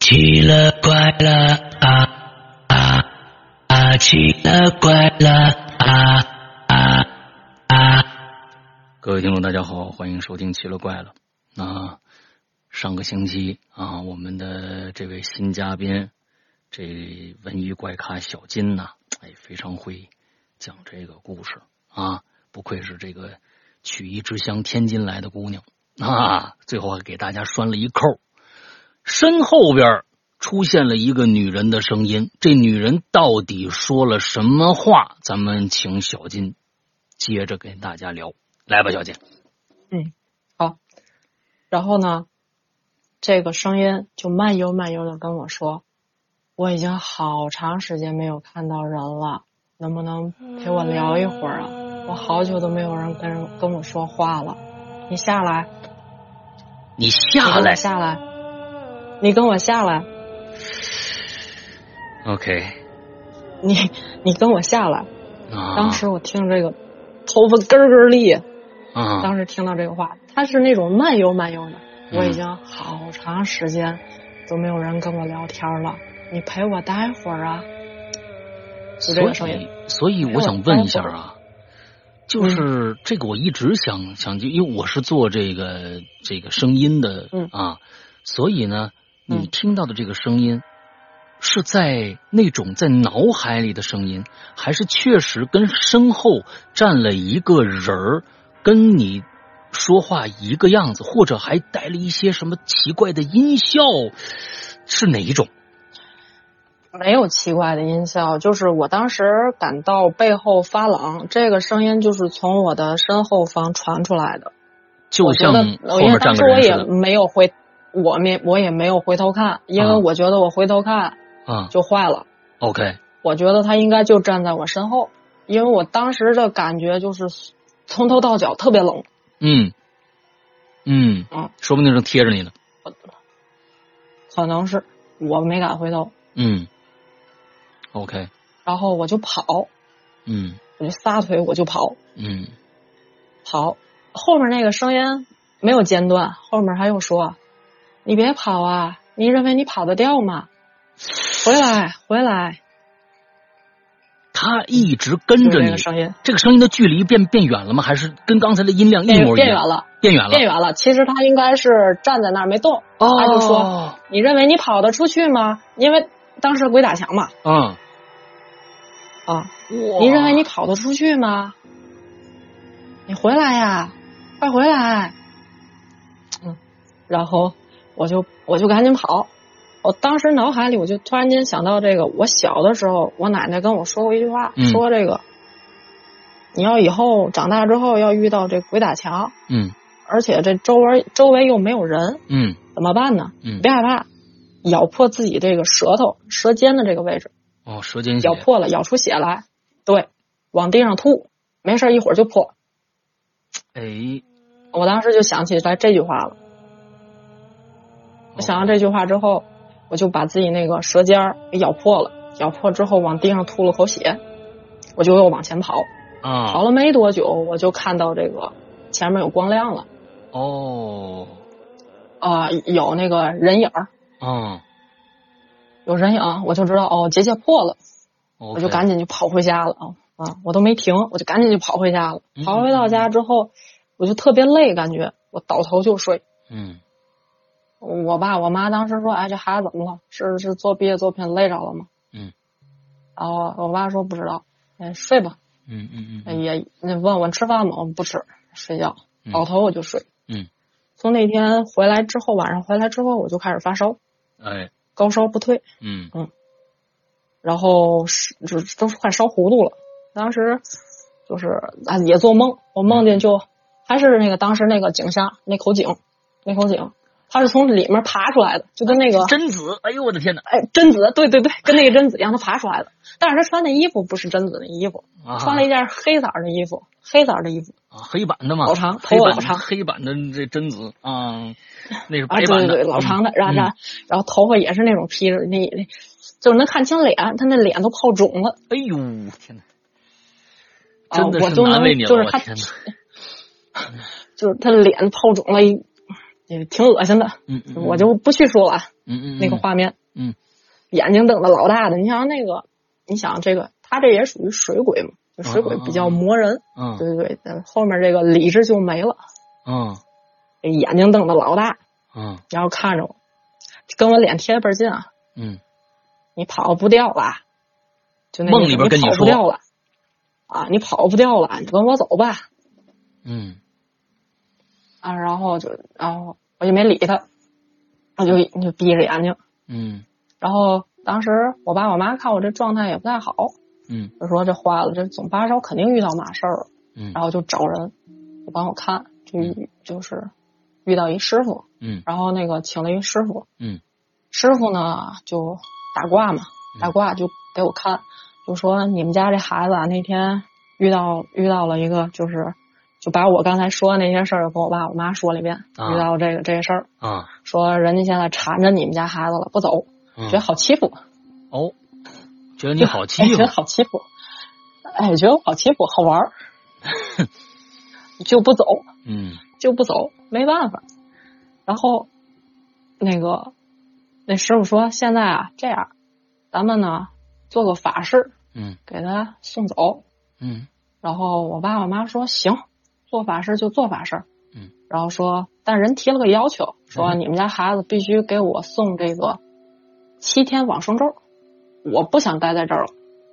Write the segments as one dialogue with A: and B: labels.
A: 奇了怪了啊啊啊！奇了怪了啊啊啊！
B: 各位听众，大家好，欢迎收听《奇了怪了》。那上个星期啊，我们的这位新嘉宾，这文娱怪咖小金呐、哎，非常会讲这个故事啊，不愧是这个曲艺之乡天津来的姑娘啊，最后还给大家拴了一扣。身后边出现了一个女人的声音，这女人到底说了什么话？咱们请小金接着跟大家聊，来吧，小金。
C: 然后呢，这个声音就慢悠慢悠的跟我说：“我已经好长时间没有看到人了，能不能陪我聊一会儿啊？我好久都没有人跟人跟我说话了，你下来，
B: 你
C: 你
B: 下
C: 跟我
B: 来
C: 下来，你跟我下来，
B: ，OK
C: 你你跟我下来。”
B: 啊，
C: 当时我听这个，头发根儿根儿立。
B: 啊，
C: 当时听到这个话，他是那种慢悠慢悠的。
B: 嗯
C: 我已经好长时间都没有人跟我聊天了，你陪我待会儿啊。就这
B: 所
C: 个声音
B: 以，所以我想问一下
C: 嗯
B: 啊，就是这个我一直想想，就因为我是做这个这个声音的
C: 嗯
B: 啊，所以呢，
C: 嗯
B: 你听到的这个声音是在那种在脑海里的声音，还是确实跟身后站了一个人儿跟你？说话一个样子，或者还带了一些什么奇怪的音效，是哪一种？
C: 没有奇怪的音效，就是我当时感到背后发冷，这个声音就是从我的身后方传出来的。
B: 就
C: 我觉
B: 像
C: 得，
B: 后
C: 因为
B: 面
C: 当
B: 站
C: 时
B: 个
C: 我
B: 人似
C: 也
B: 的
C: 没有回，我没我也没有回头看，因为
B: 啊
C: 我觉得我回头看
B: 啊
C: 就坏了。
B: ，OK，
C: 我觉得他应该就站在我身后，因为我当时的感觉就是从头到脚特别冷。
B: 嗯，嗯
C: 嗯，
B: 说不定正贴着你呢。
C: 可能是我没敢回头，
B: 嗯，OK，
C: 然后我就跑，
B: 嗯
C: 我就撒腿我就跑
B: 嗯
C: 跑。后面那个声音没有间断，后面他又说：“你别跑啊，你认为你跑得掉吗？回来，回来！”
B: 他一直跟
C: 就
B: 着
C: 是这
B: 你
C: 个，声音
B: 这个声音的距离变变远了吗？还是跟刚才的音量一
C: 变
B: 模一
C: 变远
B: 样？啊
C: 了，
B: 变远了，
C: 变远了。其实他应该是站在那儿没动。
B: 哦，
C: 他就说，你认为你跑得出去吗？因为当时鬼打墙嘛，
B: 嗯，
C: 啊，
B: 哇
C: 你认为你跑得出去吗？你回来呀，快回来！嗯，然后我就我就赶紧跑。我当时脑海里我就突然间想到这个，我小的时候，我奶奶跟我说过一句话，
B: 嗯
C: 说这个你要以后长大之后要遇到这鬼打墙，
B: 嗯
C: 而且这周围周围又没有人，
B: 嗯
C: 怎么办呢？
B: 嗯，
C: 别害怕，咬破自己这个舌头舌尖的这个位置，
B: 哦，舌尖血
C: 咬破了，咬出血来，对，往地上吐，没事儿，一会儿就破。
B: 哎，
C: 我当时就想起来这句话了。
B: 哦
C: 我想到这句话之后，我就把自己那个舌尖儿给咬破了，咬破之后往地上吐了口血，我就又往前跑。
B: 啊
C: 跑，了没多久，我就看到这个前面有光亮了，
B: 哦，
C: 啊、有那个人影儿，
B: 嗯，
C: 有人影儿，我就知道哦，结界破了。
B: 我
C: 我就赶紧就跑回家了啊啊！我都没停，我就赶紧就跑回家了
B: 嗯。
C: 跑回到家之后，我就特别累，感觉我倒头就睡。
B: 嗯
C: 我爸我妈当时说：“哎，这孩子怎么了？是是做毕业作品累着了吗？”
B: 嗯。
C: 然后我爸说：“不知道，哎，睡吧。
B: 嗯嗯
C: 哎
B: 嗯
C: 也那问我吃饭吗？我不吃，睡觉，
B: 嗯
C: 倒头我就睡。
B: 嗯。
C: 从那天回来之后，晚上回来之后，我就开始发烧，
B: 嗯，哎，
C: 高烧不退。
B: 嗯
C: 然后是就是都是快烧糊涂了。当时就是啊也做梦，我梦
B: 嗯
C: 见就还是那个当时那个井下那口井，那口井，它是从里面爬出来的，就跟那个
B: 贞子，哎呦我的天哪，
C: 哎贞子，对对对，跟那个贞子一样，它爬出来的。但是他穿的衣服不是贞子的衣服，
B: 啊
C: 穿了一件黑色儿的衣服，黑色儿的衣服
B: 啊，黑板的嘛，
C: 老长
B: 黑
C: 头
B: 板
C: 发老长
B: 黑板的这贞子啊，那是
C: 啊，
B: 白
C: 对
B: 板
C: 对
B: 的，
C: 对，老长的，然后
B: 嗯
C: 然后然后头发也是那种披着那那，就是能看清脸，他那脸都泡肿了。
B: 哎呦，天哪，
C: 啊
B: 真的
C: 我
B: 是
C: 就
B: 难为
C: 能
B: 你了，
C: 就是
B: 我
C: 他
B: 天哪，
C: 就是他的脸泡肿了，也挺恶心的。
B: 嗯，嗯
C: 我就不叙述了、
B: 嗯嗯嗯
C: 那个画面。
B: 嗯，
C: 眼睛瞪得老大的。你像那个，你想这个，他这也属于水鬼嘛，就水
B: 哦
C: 鬼比较磨人。
B: 嗯
C: 对对对，呃后面这个理智就没了，
B: 嗯
C: 这眼睛瞪得老大，
B: 嗯
C: 然后看着我，跟我脸贴得倍儿近啊，
B: 嗯，
C: 你跑不掉了，就那意思
B: 梦里边跟
C: 你
B: 你
C: 跑不
B: 说
C: 掉了啊，你跑不掉了，你跟我走吧
B: 嗯
C: 啊，然后就然后我就没理他，我就就闭着眼睛，
B: 嗯
C: 然后当时我爸我妈看我这状态也不太好，
B: 嗯
C: 就说这坏了，这总发烧肯定遇到嘛事儿了，
B: 嗯
C: 然后就找人就帮我看，就
B: 嗯
C: 就是遇到一师傅，
B: 嗯
C: 然后那个请了一师傅，
B: 嗯，
C: 师傅呢就打卦嘛，
B: 嗯
C: 打卦就给我看，就说你们家这孩子啊那天遇到遇到了一个就是。就把我刚才说的那些事儿跟我爸我妈说了一遍，
B: 啊
C: 遇到这个这个事儿，
B: 啊，
C: 说人家现在缠着你们家孩子了，不走，
B: 嗯
C: 觉得好欺负，
B: 哦，觉得你好欺
C: 哎觉
B: 负
C: 得，好欺负，哎，觉得我好欺负，好 玩儿，就不走，
B: 嗯
C: 就不走，没办法。然后那个那师傅说，现在啊这样，咱们呢做个法事
B: 嗯
C: 给他送走。
B: 嗯
C: 然后我爸我妈说行，做法事就做法事。
B: 嗯，
C: 然后说，但人提了个要求，说
B: 嗯
C: 你们家孩子必须给我送这个七天往生咒，我不想待在这儿了。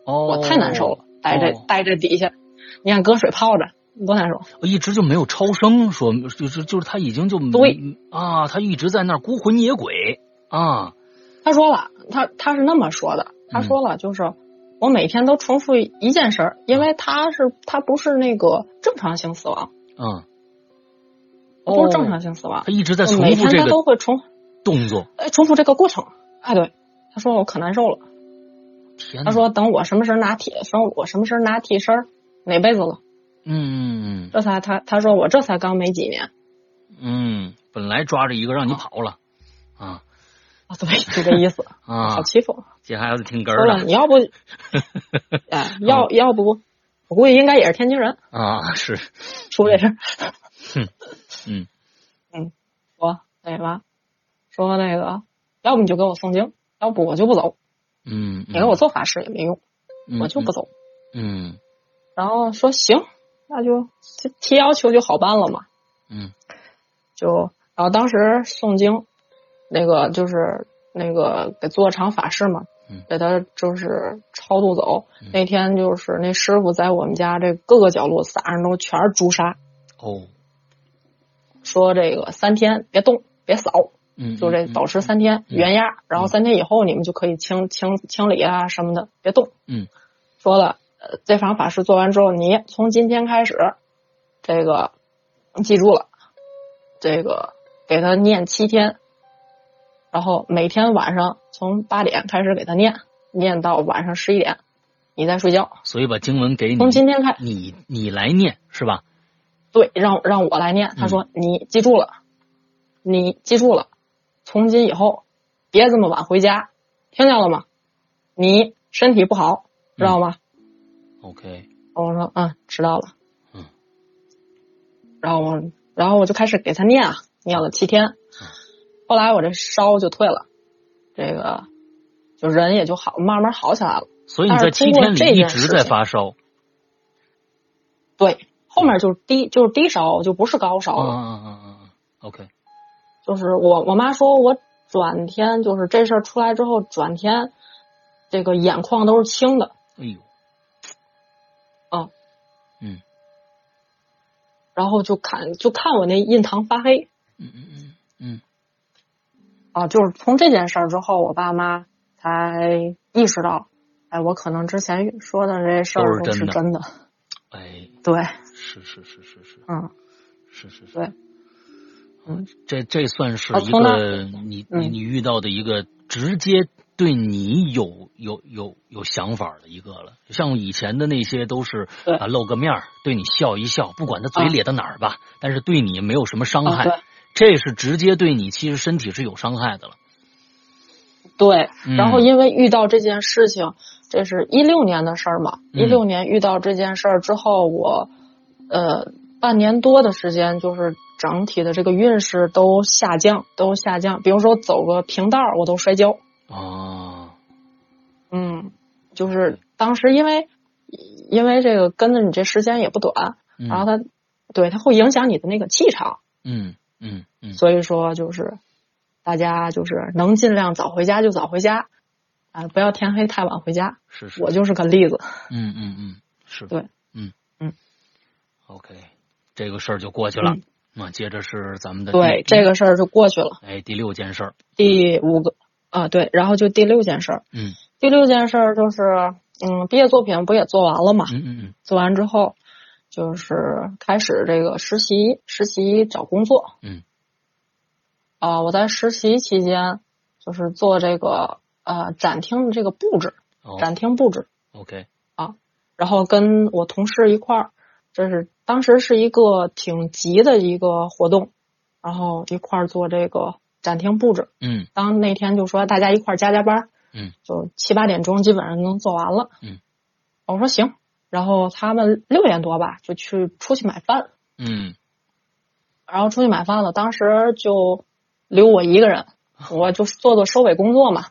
B: 哦，
C: 我太难受了，待这
B: 哦
C: 待这底下，你看搁水泡着，多难受。
B: 我一直就没有超生，说就是就是他已经就
C: 对
B: 啊，他一直在那儿孤魂野鬼啊，
C: 他说了，他他是那么说的，
B: 嗯
C: 他说了就是我每天都重复一件事儿，
B: 嗯
C: 因为他是他不是那个正常性死亡，
B: 嗯，
C: 他不是正常性死亡
B: 他，啊一直在
C: 就
B: 哦重
C: 每
B: 复
C: 天
B: 这
C: 他
B: 个
C: 都会重
B: 动作。
C: 哎重复这个过程。哎，对，他说我可难受了，
B: 天哪，
C: 他说等我什么时候拿替，说我什么时候拿替身儿，哪辈子了？
B: 嗯嗯
C: 这才他他说我这才刚没几年。
B: 嗯，本来抓着一个让你跑了啊
C: 啊，对，就这意思，
B: 啊
C: 好，欺负。
B: 这孩子挺哏
C: 说
B: 儿
C: 了，
B: 的
C: 你 要不，哎，要要不，我估计应该也是天津人
B: 啊，是，
C: 出这事儿。
B: 嗯
C: 说那什么，说那个，要不你就给我诵经，要不我就不走，
B: 嗯，
C: 你给哎我做法事也没用，
B: 嗯，
C: 我就不走。
B: 嗯，
C: 然后说行，那就提提要求就好办了嘛。
B: 嗯
C: 就然后当时诵经，那个就是那个给做场法事嘛
B: 嗯，
C: 给他就是超度走
B: 嗯。
C: 那天就是那师傅在我们家这各个角落撒上都全是朱砂。
B: 嗯，哦，
C: 说这个三天别动，别扫，
B: 嗯，
C: 就这
B: 嗯
C: 保持，三天
B: 嗯
C: 原压，然后三天以后你们就可以清清清理啊什么的，别动。
B: 嗯，
C: 说了，呃，这场法事做完之后，你从今天开始，这个记住了，这个给他念七天，然后每天晚上从八点开始给他念，念到晚上十一点，你再睡觉。
B: 所以把经文给你，
C: 从今天开，
B: 你你来念是吧？
C: 对，让让我来念。他说：“你记住了，你记住了，从今以后别这么晚回家，听见了吗？你身体不好，知道吗
B: OK，？”
C: 我说：“嗯，知道了。”
B: 嗯。
C: 然后我，然后我就开始给他念啊，念了七天。后来我这烧就退了，这个就人也就好，慢慢好起来了。
B: 所以你在
C: 但是
B: 七
C: 通过
B: 天
C: 这
B: 里一
C: 件
B: 直
C: 事
B: 在
C: 情
B: 发烧，啊
C: 对，后面就是低，就是低烧，就不是高烧
B: 嗯
C: 了。
B: 嗯嗯嗯嗯，OK，
C: 就是我我妈说我转天就是这事儿出来之后，转天这个眼眶都是青的，
B: 哎呦，
C: 哦，
B: 嗯
C: 然后就看就看我那印堂发黑
B: 嗯嗯嗯
C: 啊，就是从这件事儿之后，我爸妈才意识到，哎，我可能之前说的这些事儿
B: 都
C: 都
B: 是真
C: 是
B: 的
C: 真的，
B: 嗯，哎，
C: 对，
B: 是是是是是
C: 嗯，
B: 是是是，
C: 对，
B: 嗯，这这算是
C: 啊
B: 一
C: 从那
B: 个你你
C: 嗯
B: 你遇到的一个直接对你有有有有想法的一个了。像以前的那些都是
C: 对
B: 啊露个面儿，对你笑一笑，不管他嘴
C: 啊
B: 咧到哪儿吧，但是对你没有什么伤
C: 啊
B: 害。
C: 对
B: 这是直接对你其实身体是有伤害的了。
C: 对，
B: 嗯
C: 然后因为遇到这件事情，这是一六年的事儿嘛，一
B: 嗯
C: 六年遇到这件事儿之后，我呃半年多的时间，就是整体的这个运势都下降，都下降。比如说走个平道儿，我都摔跤，
B: 啊，
C: 嗯，就是当时因为因为这个跟着你这时间也不短，
B: 嗯
C: 然后它对它会影响你的那个气场，
B: 嗯嗯嗯
C: 所以说就是大家就是能尽量早回家就早回家啊，不要天黑太晚回家。
B: 是是，
C: 我就是个例子，
B: 嗯嗯嗯是，
C: 对，
B: 嗯
C: 嗯
B: ，OK，这个事儿就过去了
C: 嗯。
B: 那接着是咱们的
C: 对
B: 第嗯
C: 这个事儿就过去了。
B: 哎第六件事儿，
C: 第五个啊，对，然后就第六件事儿，
B: 嗯
C: 第六件事儿就是嗯，毕业作品不也做完了嘛？
B: 嗯嗯嗯
C: 做完之后，就是开始这个实习，实习找工作。
B: 嗯。
C: 啊、我在实习期间就是做这个呃展厅的这个布置，
B: 哦
C: 展厅布置，
B: ，OK，
C: 然后跟我同事一块儿，这是当时是一个挺急的一个活动，然后一块儿做这个展厅布置。
B: 嗯
C: 当那天就说大家一块儿加加班儿，
B: 嗯，
C: 就七八点钟基本上能做完了，
B: 嗯，
C: 我说行，然后他们六点多吧就去出去买饭，
B: 嗯
C: 然后出去买饭了，当时就留我一 个人，我就做做收尾工作嘛，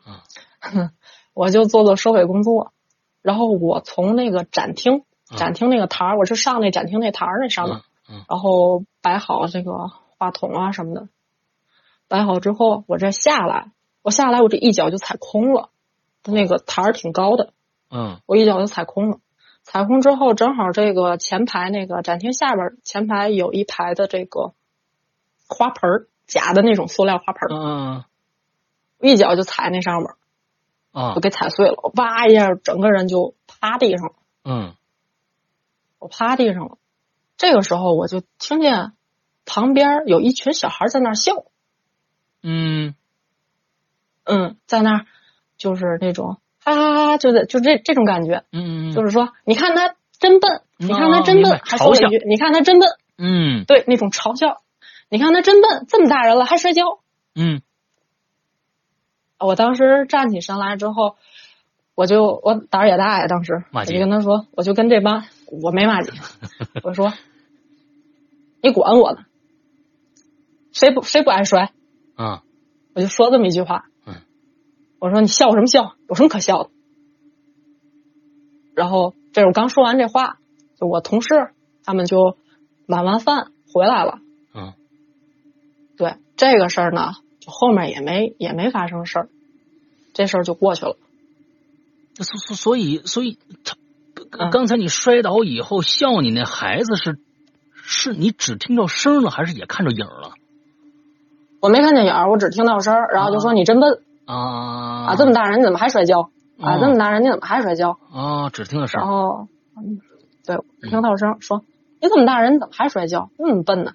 B: 嗯
C: 我就做做收尾工作，然后我从那个展厅
B: 嗯
C: 展厅那个台儿，我是上那展厅那台儿那上面，
B: 嗯嗯
C: 然后摆好这个话筒啊什么的，摆好之后，我这下来，我下来我这一脚就踩空了，那个台儿挺高的，
B: 嗯
C: 我一脚就踩空了。踩空之后，正好这个前排那个展厅下边儿前排有一排的这个花盆儿，假的那种塑料花盆儿，
B: 嗯
C: 一脚就踩那上面儿，
B: 啊
C: 我给踩碎了，我哇一下，整个人就趴地上了，
B: 嗯
C: 我趴地上了。这个时候我就听见旁边有一群小孩在那儿笑，
B: 嗯
C: 嗯，在那儿就是那种哈哈哈，就在就这这种感觉，
B: 嗯哦
C: 就是是说你看他真笨，你看他真
B: 明
C: 笨，
B: 白
C: 还说了一句你看他真笨，
B: 嗯
C: 对那种嘲笑，你看他真笨，这么大人了还摔跤。啊
B: 嗯
C: 我当时站起身来之后，我就我胆儿也大呀，当时
B: 骂
C: 我
B: 街
C: 就跟他说，我就跟这帮我没 骂街，我说你管我呢，谁不谁不爱摔，
B: 啊
C: 我就说这么一句话，
B: 嗯，
C: 我说你笑什么笑，有什么可笑的？然后这是我刚说完这话，就我同事他们就买完饭回来了，
B: 嗯
C: 对这个事儿呢，就后面也没也没发生事儿，这事儿就过去了。
B: 所所所以所以他
C: 嗯
B: 刚才你摔倒以后笑你那孩子是是你只听到声了，还是也看着影儿了
C: 我没看见影儿，我只听到声儿，然后就说你真笨
B: 啊
C: 啊，这么大人你怎么还摔跤啊？
B: 哦
C: 这么大人你怎么还摔跤？
B: 啊只听到声
C: 然
B: 儿
C: 后，嗯，对，我只听到声儿说你这么大人你怎么还摔跤？那么笨呢？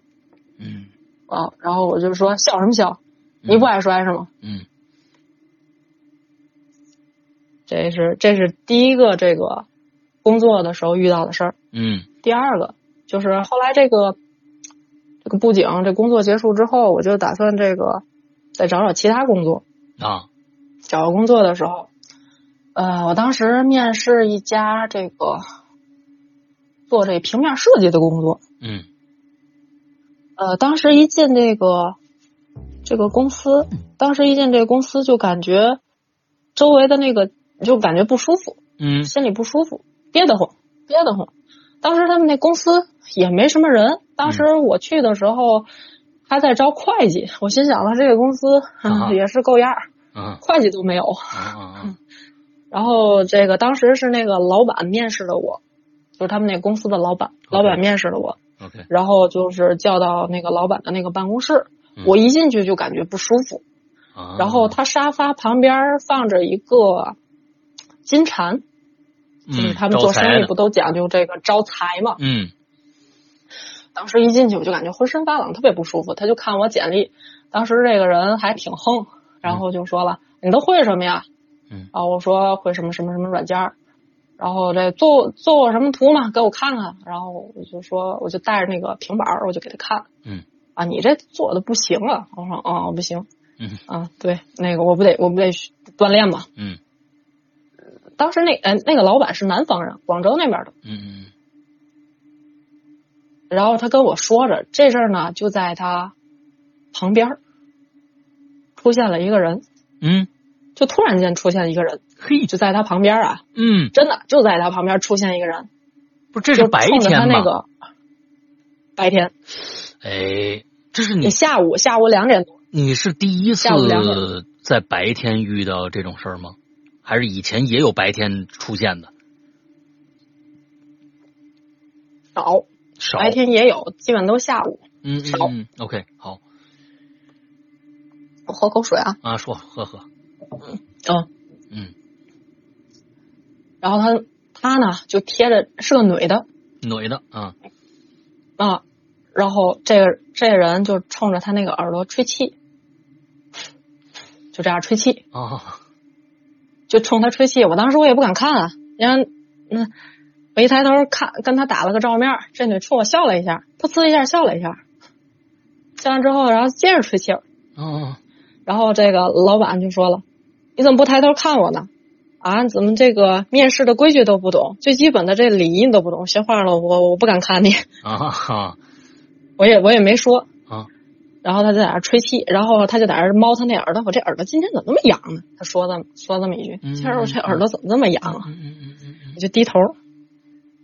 B: 嗯
C: 啊，然后我就说笑什么笑？你不爱摔是吗？
B: 嗯
C: 嗯这是这是第一个这个工作的时候遇到的事儿。
B: 嗯
C: 第二个就是后来这个这个布景这工作结束之后，我就打算这个再找找其他工作。
B: 啊
C: 找到工作的时候，呃，我当时面试一家这个做这平面设计的工作，
B: 嗯
C: 呃，当时一进这个这个公司，当时一进这个公司就感觉周围的那个就感觉不舒服，
B: 嗯
C: 心里不舒服，憋得慌，憋得慌。当时他们那公司也没什么人，当时
B: 嗯
C: 我去的时候还在招会计，我心想了，这个公司、
B: 啊
C: 嗯、 也是够样儿，
B: 啊
C: 会计都没有。
B: 啊啊
C: 嗯然后这个当时是那个老板面试的我，就是他们那公司的老板，
B: OK
C: 老板面试的我，
B: OK
C: 然后就是叫到那个老板的那个办公室
B: 嗯，
C: 我一进去就感觉不舒服，
B: 啊
C: 然后他沙发旁边放着一个金蝉，就是他们做生意不都讲究这个招财嘛？
B: 嗯
C: 当时一进去我就感觉浑身发冷，特别不舒服。他就看我简历，当时这个人还挺横，然后就说了：“你都会什么呀？”
B: 嗯，
C: 啊，我说会什么什么什么软件儿，然后这做做过什么图嘛，给我看看。然后我就说，我就带着那个平板儿，我就给他看。
B: 嗯，
C: 啊，你这做的不行啊！我说，啊，我不行。
B: 嗯，
C: 啊，对，那个我不得我不得锻炼嘛。
B: 嗯
C: 当时那呃那个老板是南方人，广州那边的。
B: 嗯嗯
C: 然后他跟我说着这事儿呢，就在他旁边儿出现了一个人，
B: 嗯
C: 就突然间出现一个人，
B: 嘿，
C: 就在他旁边啊，
B: 嗯，
C: 真的就在他旁边出现一个人，
B: 不是这
C: 就是冲
B: 白
C: 着他
B: 天吧？
C: 那个白天，
B: 哎，这是你
C: 你下午下午两点多，
B: 你是第一次
C: 下午两点
B: 在白天遇到这种事儿吗？还是以前也有白天出现的？
C: 少
B: 少，
C: 白天也有，基本都下午。
B: 嗯嗯
C: 少
B: 嗯，OK，好
C: 我喝口水啊，
B: 啊，说呵呵，
C: 嗯，
B: 嗯，
C: 然后他他呢就贴着是个女的
B: 女的啊，
C: 啊，然后这个这个人就冲着他那个耳朵吹气，就这样吹气，
B: 啊，
C: 就冲他吹气。我当时我也不敢看啊，因为那我一抬头看，跟他打了个照面，这女冲我笑了一下，噗呲一下笑了一下，笑完之后，然后接着吹气。
B: 啊，
C: 然后这个老板就说了：“你怎么不抬头看我呢？啊，怎么这个面试的规矩都不懂，最基本的这礼仪你都不懂，学坏了我我不敢看你，
B: 啊哈，
C: 我也我也没说
B: 啊。”
C: 然后他就在那儿吹气，然后他就在那儿猫他那耳朵，我这耳朵今天怎么那么痒呢？他说这么说这么一句，
B: 嗯
C: 今儿我这耳朵怎么那么痒啊？
B: 嗯嗯嗯嗯
C: 我就低头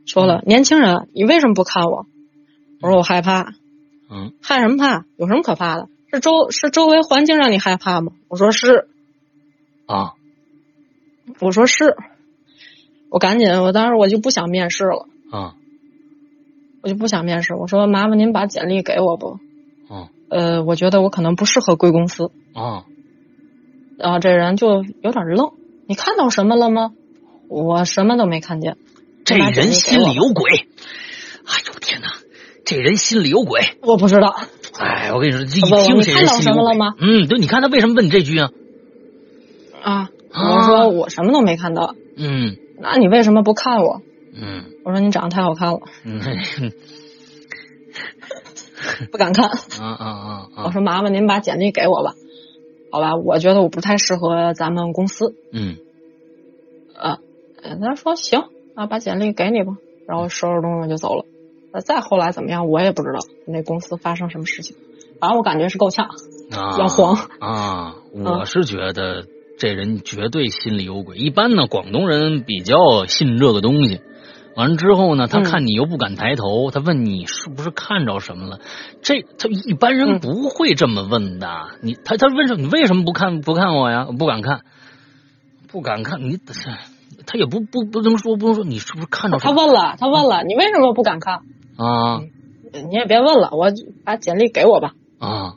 C: 说了：“年轻人，你为什么不看我？”我说：“我害怕，
B: 嗯
C: 害什么怕？有什么可怕的？是周是周围环境让你害怕吗？”我说：“是。
B: 嗯啊，”
C: 我说：“是。”我赶紧，我当时我就不想面试了，
B: 啊，
C: 我就不想面试。我说：“麻烦您把简历给我不？
B: 嗯
C: 呃，我觉得我可能不适合贵公司。
B: 啊，”
C: 然后这人就有点愣：“你看到什么了吗？”我什么都没看见。
B: 这人心里有鬼！哎呦天哪，这人心里有鬼！
C: 我不知道，
B: 哎，我跟你说，这一
C: 不我
B: 听
C: 你
B: 这
C: 看
B: 人
C: 到
B: 心里
C: 什
B: 有
C: 么了
B: 鬼
C: 吗
B: 嗯，对，你看他为什么问你这句啊？
C: 啊！我
B: 啊
C: 说我什么都没看到，
B: 嗯
C: 那你为什么不看我？
B: 嗯
C: 我说你长得太好看了，
B: 嗯，嗯
C: 不敢看。
B: 啊啊啊
C: 我
B: 啊！
C: 说麻烦您把简历给我吧，好吧，我觉得我不太适合咱们公司。
B: 嗯
C: 呃他说行，那把简历给你吧。然后收拾东西就走了。那再后来怎么样，我也不知道那公司发生什么事情，反正我感觉是够呛。
B: 啊，
C: 老黄
B: 啊，我是觉得这人绝对心里有鬼。一般呢，广东人比较信这个东西。完了之后呢，他
C: 嗯
B: 看你又不敢抬头，他问你是不是看着什么了？这他一般人
C: 嗯
B: 不会这么问的。你他他问什么？你为什么不看不看我呀？我不敢看，不敢看你。他也不不不能说不能说你是不是看着什
C: 他
B: 么
C: 问了，他问了，你为什么不敢看？
B: 啊
C: 你也别问了，我把简历给我吧。
B: 啊？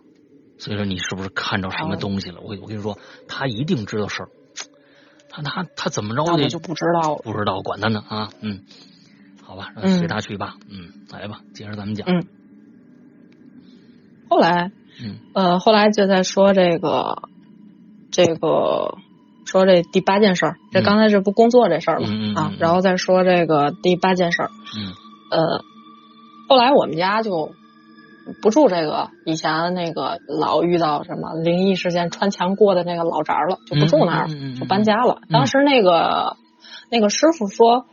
B: 所以说你是不是看着什么
C: 哦
B: 东西了？我我跟你说，他一定知道事儿。他他他怎么着
C: 那
B: 得
C: 我就不知道了。
B: 不知道，管他呢啊，嗯，好吧，
C: 嗯
B: 随他去吧，嗯，来吧，接着咱们讲，
C: 嗯后来，
B: 嗯
C: 呃，后来就在说这个，这个说这第八件事儿，这
B: 嗯
C: 刚才这不工作这事儿嘛、
B: 嗯嗯嗯
C: 啊
B: 嗯，
C: 然后再说这个第八件事儿，
B: 嗯
C: 呃，后来我们家就不住这个以前那个老遇到什么灵异事件穿墙过的那个老宅儿了，就不住那儿
B: 嗯嗯
C: 了，
B: 嗯嗯嗯
C: 就搬家了。当时那个那个师傅说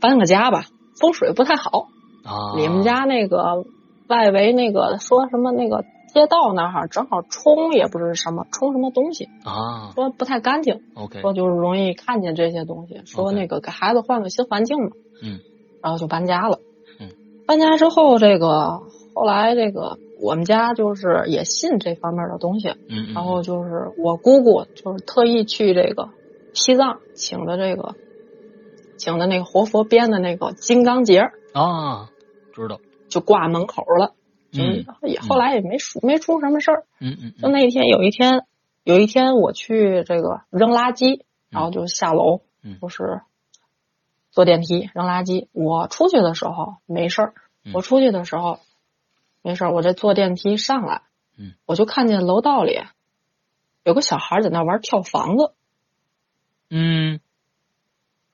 C: 搬个家吧，风水不太好，
B: 啊，
C: 你们家那个外围那个说什么那个街道那儿哈，正好冲也不是什么冲什么东西，
B: 啊
C: 说不太干净，
B: ，OK，
C: 说就是容易看见这些东西，说
B: OK
C: 那个给孩子换个新环境嘛，
B: 嗯，
C: 然后就搬家了，
B: 嗯，
C: 搬家之后这个后来这个我们家就是也信这方面的东西，
B: 嗯，嗯
C: 然后就是我姑姑就是特意去这个西藏请的这个请的那个活佛编的那个金刚结儿，
B: 啊，知道，
C: 就挂门口了。就
B: 嗯
C: 也后来也没出没出什么事儿。
B: 嗯嗯，
C: 就那一天，有一天，有一天我去这个扔垃圾，然后就下楼
B: 嗯，
C: 就是坐电梯扔垃圾。我出去的时候没事儿
B: 嗯，
C: 我出去的时候没事儿，我这坐电梯上来
B: 嗯，
C: 我就看见楼道里有个小孩在那玩跳房子
B: 嗯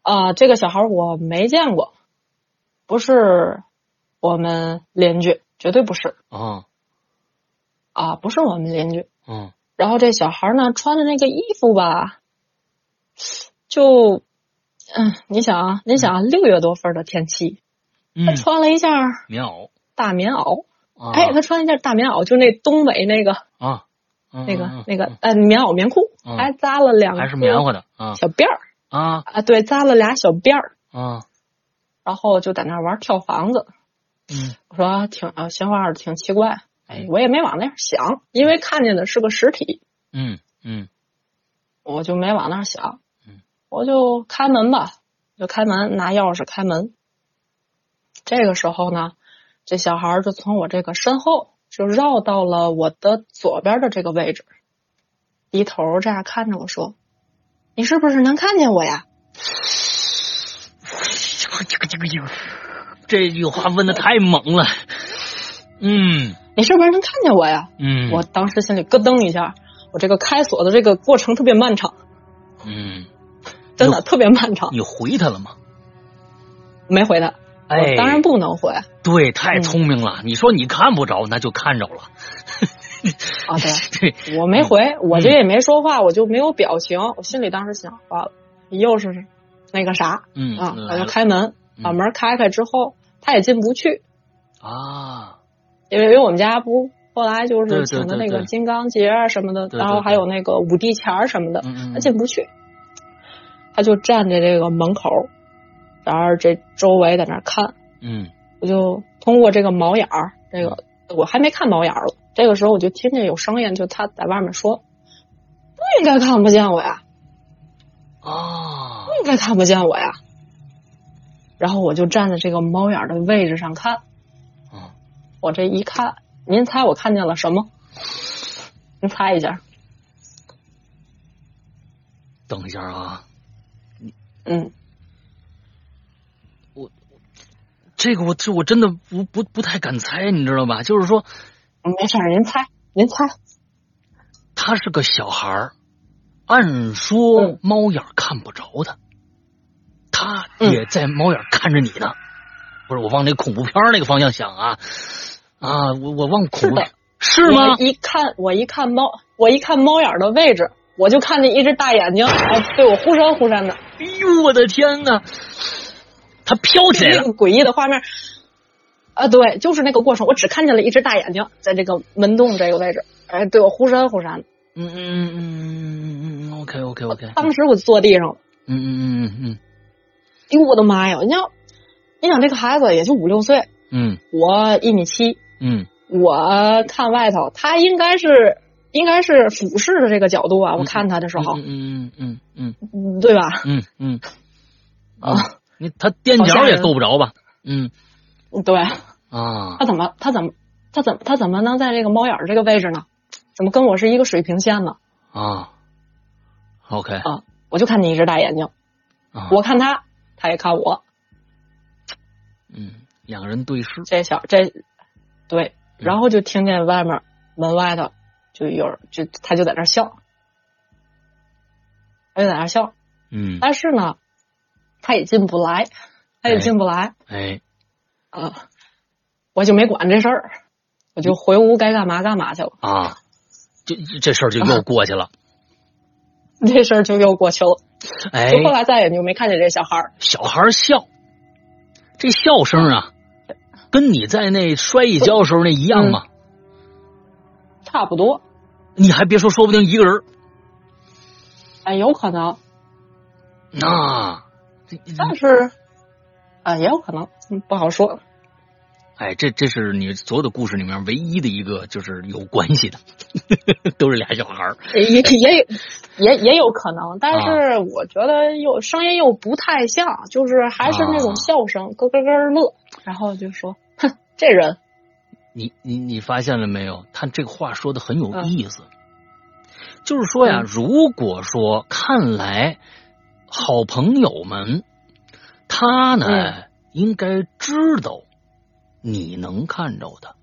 C: 啊、这个小孩我没见过，不是我们邻居，绝对不是
B: 啊
C: 啊、不是我们邻居。
B: 嗯
C: 然后这小孩呢穿的那个衣服吧，就，嗯，你想啊，你想啊，六月多份儿的天气，
B: 嗯
C: 他，穿了一件
B: 棉袄
C: 大棉袄，哎
B: 啊，
C: 哎，他穿了一件大棉袄，就那东北那个
B: 啊，嗯
C: 那个
B: 嗯嗯
C: 那个呃棉袄棉裤，
B: 嗯嗯
C: 还扎了两个嗯
B: 还是棉花的啊
C: 小辫儿
B: 啊
C: 啊，对，扎了俩小辫儿，
B: 啊
C: 然后就在那儿玩跳房子。
B: 嗯
C: 我说啊挺啊，鲜花儿挺奇怪，哎，我也没往那儿想，因为看见的是个实体，
B: 嗯嗯
C: 我就没往那儿想
B: 嗯。
C: 我就开门吧，就开门，拿钥匙开门。这个时候呢，这小孩儿就从我这个身后就绕到了我的左边的这个位置，低头这样看着我说：“你是不是能看见我呀
B: 这个这个这个这个，这句话问的太猛了。嗯？”
C: 你是不是能看见我呀？
B: 嗯，
C: 我当时心里咯噔一下，我这个开锁的这个过程特别漫长，
B: 嗯，
C: 真的特别漫长，
B: 你回他了吗？
C: 没回他。
B: 哎
C: 我当然不嗯能回啊，
B: 对，太聪明了。你说你看不着，那就看着了。
C: 对。啊
B: 对，
C: 我没回，
B: 嗯
C: 我这也没说话，我就没有表情。我心里当时想，完了，又是那个啥
B: 嗯，
C: 啊！
B: 来
C: 我就
B: 了
C: 开门，
B: 嗯
C: 把门开开之后，他也进不去，
B: 啊，
C: 因为因为我们家不后来就
B: 对对
C: 是请的
B: 对
C: 那个
B: 对
C: 金刚结啊什么的，
B: 对对
C: 然后还有那个五帝钱儿什么的，
B: 嗯
C: 他
B: 嗯
C: 进不去，他就站在这个门口，然后这周围在那儿看，
B: 嗯
C: 我就通过这个猫眼儿，这个我还没看猫眼儿了。这个时候我就听见有声音，就他在外面说：“不应该看不见我呀，
B: 啊
C: 不应该看不见我呀。”然后我就站在这个猫眼儿的位置上看，
B: 啊，
C: 我这一看，您猜我看见了什么？您猜一下。
B: 等一下啊，
C: 嗯，
B: 这个我这我真的不不不太敢猜，你知道吧？就是说
C: 没事儿，您猜，您猜。
B: 他是个小孩儿，按说
C: 嗯
B: 猫眼儿看不着他，他也在猫眼儿看着你呢。不是，我往那恐怖片儿那个方向想啊啊！我我往恐怖片是吗
C: 我？一看，我一看猫，我一看猫眼儿的位置，我就看见一只大眼睛，哎，对我忽闪忽闪的。
B: 哎呦，我的天哪！他飘起来
C: 那
B: 了
C: 个诡异的画面。啊，对，就是那个过程，我只看见了一只大眼睛在这个门洞这个位置，哎，对我忽闪忽闪的。
B: 嗯嗯嗯嗯嗯嗯，OK OK OK，
C: 当时我就坐地上了，
B: 嗯嗯嗯嗯
C: 哎呦我的妈呀！你想，你想这个孩子也就五六岁，
B: 嗯
C: 我一米七，
B: 嗯
C: 我看外头他应该是应该是俯视的这个角度啊，我看他的时候，
B: 嗯嗯嗯
C: 嗯对吧？
B: 嗯嗯啊！你他踮脚也够不着吧？嗯
C: 对
B: 啊
C: 他怎么他怎么他怎么他怎么能在这个猫眼儿这个位置呢？怎么跟我是一个水平线呢？
B: 啊，OK
C: 啊，我就看见一只大眼睛。
B: 啊，
C: 我看他，他也看我。
B: 嗯，两个人对视，
C: 这小这，对，
B: 嗯
C: 然后就听见外面门外头就有人，就他就在那儿笑，他就在那儿笑，
B: 嗯，
C: 但是呢，他也进不来，他也进不来
B: 哎，
C: 啊，我就没管这事儿，我就回屋该干嘛干嘛去了，
B: 啊，这这事儿就
C: 啊
B: 又过去了，
C: 这事儿就又过去了。
B: 嗯哎，
C: 就后来再也就没看见这小孩儿，
B: 小孩儿笑，这笑声啊，
C: 嗯
B: 跟你在那摔一跤时候那一样嘛。
C: 差不多，
B: 你还别说，说不定一个人儿，
C: 哎，有可能，
B: 那啊这
C: 但是，啊，也有可能，嗯不好说。
B: 哎，这这是你所有的故事里面唯一的一个就是有关系的， 都是俩小孩儿。
C: 也也也也有可能，
B: 啊
C: 但是我觉得又声音又不太像，就是还是那
B: 啊
C: 种笑声，咯咯咯乐，然后就说：“哼，这人
B: 你你你发现了没有？他这个话说的很有
C: 嗯
B: 意思，就是说呀，
C: 嗯
B: 如果说看来好朋友们，他呢、
C: 嗯
B: 应该知道你能看着的，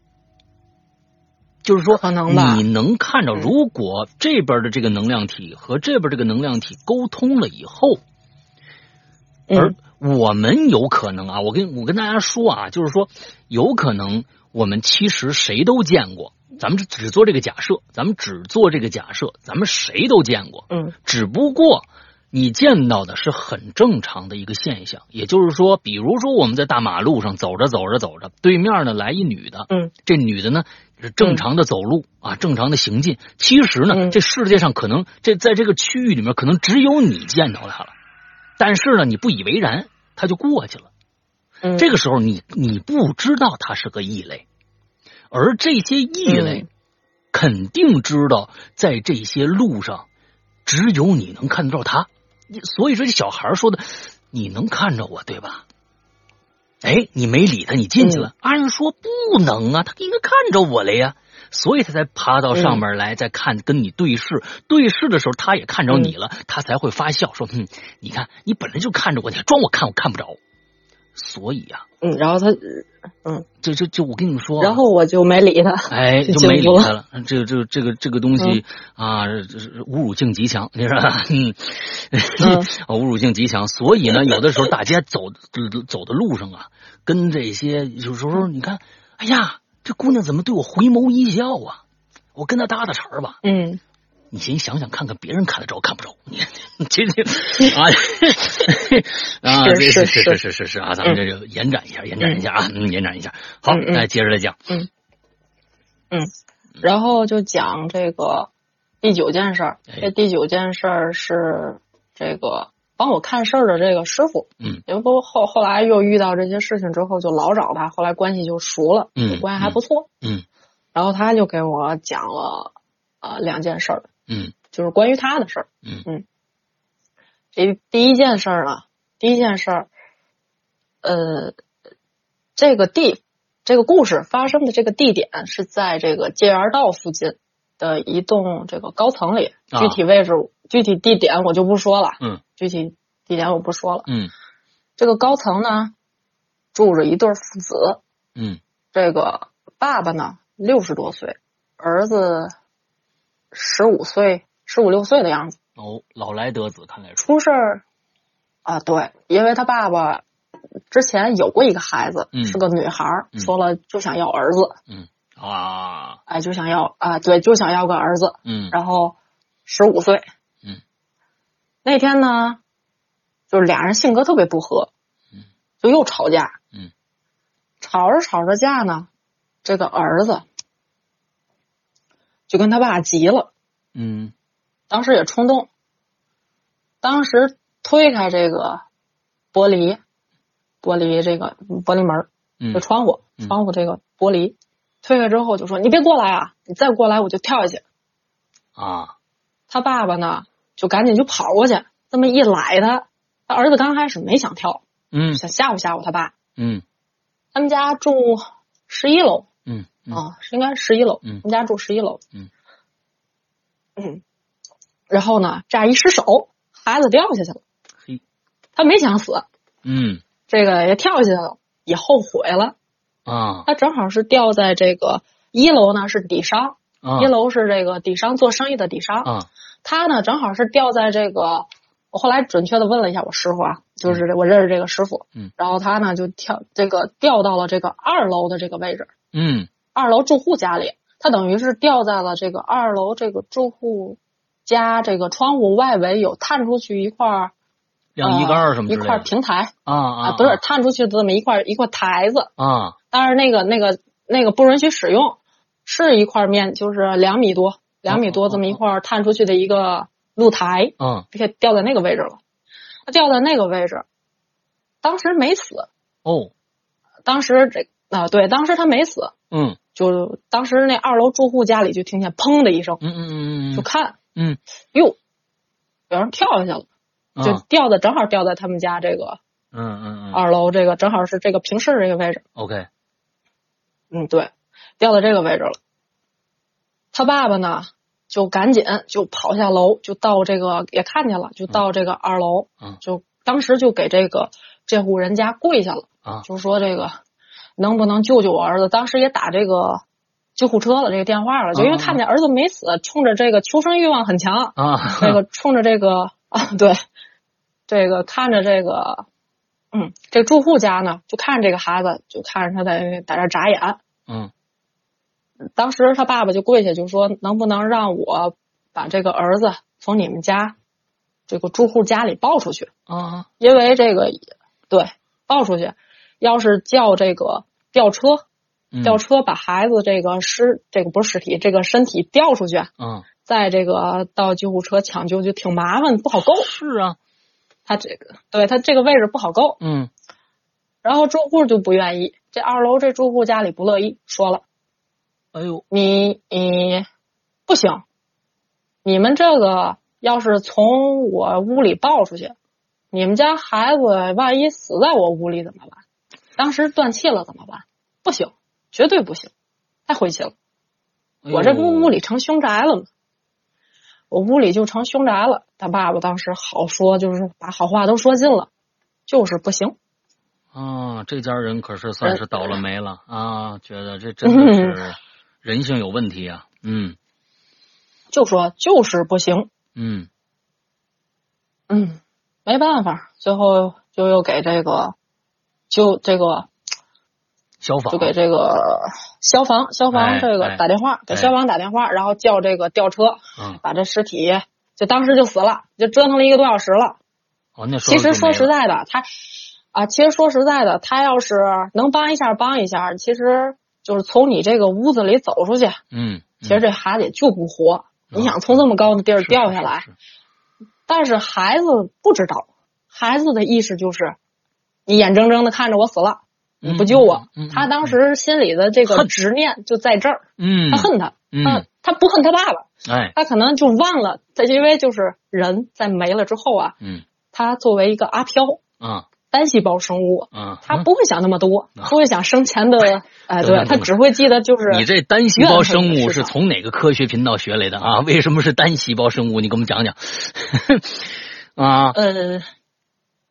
B: 就是说
C: 可能吧
B: 你能看着。
C: 嗯
B: 如果这边的这个能量体和这边这个能量体沟通了以后，而
C: 嗯
B: 我们有可能啊，我跟我跟大家说啊，就是说有可能我们其实谁都见过，咱们只做这个假设，咱们只做这个假设，咱们谁都见过，
C: 嗯
B: 只不过你见到的是很正常的一个现象。也就是说，比如说我们在大马路上走着走着走着，对面呢来一女的，
C: 嗯，
B: 这女的呢是正常的走路、啊，正常的行进。其实呢，
C: 嗯
B: 这世界上可能这在这个区域里面，可能只有你见到她了，但是呢，你不以为然，她就过去了。
C: 嗯
B: 这个时候你你不知道它是个异类，而这些异类
C: 嗯
B: 肯定知道在这些路上只有你能看得到他，你所以说这小孩说的你能看着我对吧？哎，你没理他，你进去了。
C: 嗯
B: 按说不能啊，他应该看着我了呀，所以他才爬到上面来，再看跟你对视。对视的时候，他也看着你了，他才会发笑说：“嗯，你看，你本来就看着我，你还装我看我看不着。”所以呀、
C: 嗯，然后他，
B: 这这这，我跟你说啊、
C: 然后我就没 理他，
B: 哎，
C: 就
B: 就没理
C: 进步
B: 他了。这个这个这个这个东西、啊，这是侮辱性极强，你说， 嗯，
C: 嗯
B: 啊侮辱性极强。所以呢，有的时候大家走走的路上啊，跟这些有时候你看，哎呀，这姑娘怎么对我回眸一笑啊？我跟她搭搭茬儿吧。
C: 嗯
B: 你先想想看看别人看得着看不着，你这这啊啊，
C: 是
B: 这是是
C: 是是嗯
B: 是是是啊，咱们这就延展一下，延展一下啊，嗯，延展一下。好，
C: 嗯嗯
B: 那接着来讲，
C: 然后就讲这个第九件事儿。
B: 哎
C: 这第九件事儿是这个帮我看事儿的这个师傅，
B: 嗯，
C: 因为不后后来又遇到这些事情之后，就老找他，后来关系就熟了，
B: 嗯
C: 关系还不错。
B: 嗯
C: 然后他就给我讲了呃两件事儿，
B: 嗯
C: 就是关于他的事儿。
B: 嗯
C: 这第一件事儿呢，第一件事儿，呃，这个地，这个故事发生的这个地点是在这个界园道附近的一栋这个高层里，
B: 啊
C: 具体位置、具体地点我就不说了，
B: 嗯，
C: 具体地点我不说了。
B: 嗯
C: 这个高层呢，住着一对儿父子，
B: 嗯
C: 这个爸爸呢六十多岁，儿子十五岁，十五六岁的样子。
B: 哦，老来得子，看来是
C: 出事儿啊，对，因为他爸爸之前有过一个孩子，
B: 嗯
C: 是个女孩儿，
B: 嗯
C: 说了就想要儿子，
B: 啊，
C: 哎，就想要啊，对，就想要个儿子，
B: 嗯
C: 然后十五岁，
B: 嗯，
C: 那天呢，就是俩人性格特别不合，
B: 嗯，
C: 就又吵架，
B: 嗯，
C: 吵着吵着架呢，这个儿子就跟他爸急了。
B: 嗯
C: 当时也冲动，当时推开这个玻璃，玻璃这个玻璃门儿，
B: 嗯
C: 就窗户，
B: 嗯
C: 窗户这个玻璃推开之后就说：“你别过来啊，你再过来我就跳下去。
B: 啊，”
C: 他爸爸呢就赶紧就跑过去，这么一来他，他儿子刚开始没想跳，
B: 嗯
C: 想吓唬吓唬他爸。
B: 嗯
C: 他们家住十一楼，
B: 嗯嗯
C: 啊，是应该是十一楼。
B: 嗯
C: 我们家住十一楼。
B: 嗯
C: 嗯然后呢，乍一失手，孩子掉下去了。
B: 嘿，
C: 他没想死，
B: 嗯
C: 这个也跳下去了，也后悔了。
B: 啊
C: 他正好是掉在这个一楼呢，是底商，
B: 啊
C: 一楼是这个底商做生意的底商。
B: 啊
C: 他呢，正好是掉在这个。我后来准确的问了一下我师傅啊，就是我认识这个师傅，
B: 嗯，
C: 然后他呢就跳这个掉到了这个二楼的这个位置，
B: 嗯
C: 二楼住户家里，他等于是掉在了这个二楼这个住户家这个窗户外围有探出去一块儿
B: 晾衣杆儿什么
C: 哦一
B: 之类
C: 块
B: 的
C: 平台
B: 啊啊
C: 不是探出去的这么一块一块台子，
B: 啊
C: 但是那个那个那个不允许使用，是一块面就是两米多两米多这么一块探出去的一个露台，
B: 嗯
C: 并且掉在那个位置了，他掉在那个位置，当时没死，
B: 哦
C: 当时这啊、对，当时他没死，
B: 嗯
C: 就当时那二楼住户家里就听见砰的一声，
B: 嗯嗯嗯
C: 就看
B: 嗯
C: 哟，有人跳下去了，
B: 嗯
C: 就掉的正好掉在他们家这个
B: 嗯嗯嗯
C: 二楼这个正好是这个平视这个位置，
B: OK
C: 嗯，对，掉到这个位置了。他爸爸呢就赶紧就跑下楼，就到这个也看见了，就到这个二楼，
B: 嗯
C: 就当时就给这个这户人家跪下了，
B: 啊
C: 就说这个能不能救救我儿子？当时也打这个救护车了，这个电话了，就因为
B: 嗯嗯
C: 看见儿子没死，冲着这个求生欲望很强，
B: 啊
C: 这个 冲着这个啊，对，这个看着这个，嗯，这住户家呢，就看着这个孩子，就看着他在在这眨眼。
B: 嗯
C: 当时他爸爸就跪下，就说能不能让我把这个儿子从你们家这个住户家里报出去，
B: 啊，
C: 因为这个对报出去，要是叫这个吊车，
B: 嗯
C: 吊车把孩子这个尸这个不是尸体，这个身体吊出去，
B: 啊，
C: 再这个到救护车抢救就挺麻烦，不好够。
B: 是啊，
C: 他这个对他这个位置不好够，
B: 嗯
C: 然后住户就不愿意，这二楼这住户家里不乐意，说了
B: 哎呦，
C: 你你不行，你们这个要是从我屋里抱出去，你们家孩子万一死在我屋里怎么办？当时断气了怎么办？不行，绝对不行，太晦气了。
B: 哎呦
C: 我这不屋里成凶宅了吗？我屋里就成凶宅了。他爸爸当时好说，就是把好话都说尽了，就是不行。
B: 啊，这家人可是算是倒了霉了
C: 嗯
B: 啊！觉得这真的是人性有问题啊！嗯
C: 就说就是不行。
B: 嗯
C: 嗯，没办法，最后就又给这个，就这个
B: 消防
C: 就给这个消防消
B: 哎
C: 防这
B: 哎
C: 个打电话，给消防打电话，然后叫这个吊车
B: 啊，
C: 把这尸体就当时就死了，就折腾了一个多小时了。
B: 哦，那时候
C: 其
B: 就没
C: 实
B: 了
C: 说实在的，他啊，其实说实在的，他要是能帮一下帮一下，其实就是从你这个屋子里走出去，
B: 嗯，嗯
C: 其实这孩子也救不活。
B: 嗯
C: 你想从这么高的地儿
B: 是
C: 掉下来，
B: 是是是
C: 但是孩子不知道，孩子的意识就是你眼睁睁的看着我死了，你不救我。
B: 嗯嗯嗯嗯
C: 他当时心里的这个
B: 恨
C: 执念就在这儿，
B: 嗯，
C: 他恨他，
B: 嗯
C: 他他不恨他爸爸，
B: 哎
C: 他可能就忘了，他因为就是人在没了之后啊，
B: 嗯
C: 他作为一个阿飘
B: 啊
C: 单细胞生物，
B: 啊，
C: 他不会想那么多，
B: 啊
C: 不会想生前 的，
B: 等等
C: 哎，对
B: 等
C: 他
B: 等
C: 只会记得就是
B: 嗯你这单细胞生
C: 怨恨
B: 物是
C: 的是吧
B: 从哪个科学频道学来的啊？为什么是单细胞生物？你给我们讲讲 啊
C: 呃，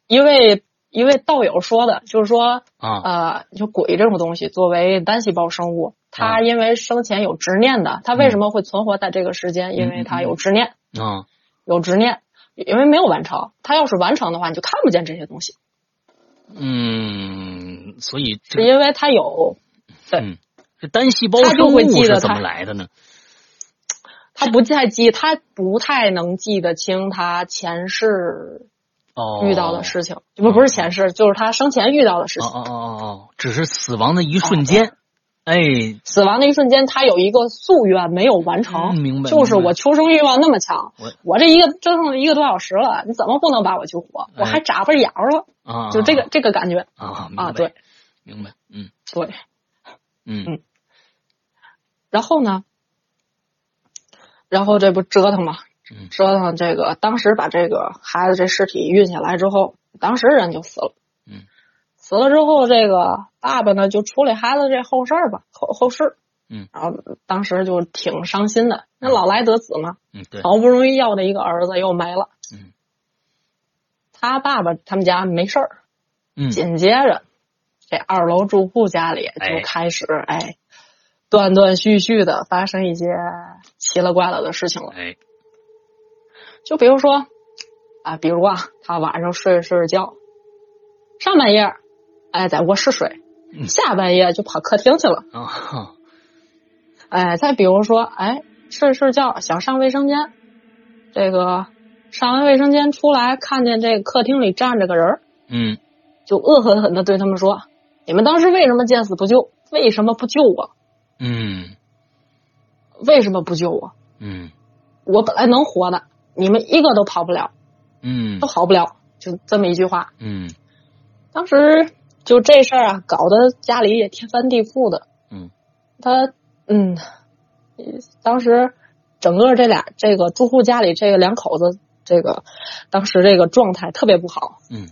C: 一位一位道友说的，就是说
B: 啊
C: 呃，就鬼这种东西，作为单细胞生物，它因为生前有执念的，它为什么会存活在这个世间？因为它有执念，
B: 啊！
C: 有执念，因为没有完成。它要是完成的话，你就看不见这些东西，
B: 嗯，所以这
C: 是因为它有，对
B: 嗯，这单细胞
C: 他
B: 生
C: 就会
B: 物
C: 记
B: 是
C: 得
B: 怎么
C: 他
B: 来的呢？
C: 它不太记，它不太能记得清它前世
B: 哦，
C: 遇到的事情，不不是前世，就是他生前遇到的事
B: 哦
C: 情。
B: 哦哦哦哦，只是死亡的一瞬
C: 哦
B: 间，哎，
C: 死亡的一瞬间，他有一个夙愿没有完成，
B: 嗯明白
C: 就是
B: 明白
C: 我求生欲望那么强，
B: 我
C: 我这一个折腾了一个多小时了，你怎么不能把我救活？我还眨巴眼儿了，
B: 哎啊，
C: 就这个这个感觉
B: 啊，明白
C: 啊，对，
B: 明白，嗯
C: 对。
B: 嗯
C: 嗯然后呢，然后这不折腾嘛
B: 嗯，
C: 折腾这个，当时把这个孩子这尸体运下来之后，当时人就死了。
B: 嗯，
C: 死了之后，这个爸爸呢就处理孩子这后事儿吧，后后事。
B: 嗯，
C: 然后当时就挺伤心的，那
B: 嗯
C: 老来得子嘛，
B: 嗯，对，
C: 好不容易要的一个儿子又没了。
B: 嗯，
C: 他爸爸他们家没事儿，
B: 嗯
C: 紧接着这二楼住户家里
B: 哎
C: 就开始哎断断续续的发生一些奇了怪了的事情了。
B: 哎，
C: 就比如说啊，比如啊，他晚上睡着睡着觉，上半夜哎在卧室睡
B: 嗯，
C: 下半夜就跑客厅去了。
B: 啊哈，
C: 哎，再比如说，哎，睡着睡觉想上卫生间，这个上完卫生间出来，看见这个客厅里站着个人儿，
B: 嗯
C: 就恶狠狠的对他们说：“你们当时为什么见死不救？为什么不救我？
B: 嗯
C: 为什么不救我？
B: 嗯
C: 我本来能活的，你们一个都跑不了，
B: 嗯
C: 都好不了。”就这么一句话，
B: 嗯
C: 当时就这事儿啊，搞得家里也天翻地覆的。
B: 嗯，
C: 他嗯，当时整个这俩这个住户家里这两口子，这个当时这个状态特别不好。
B: 嗯，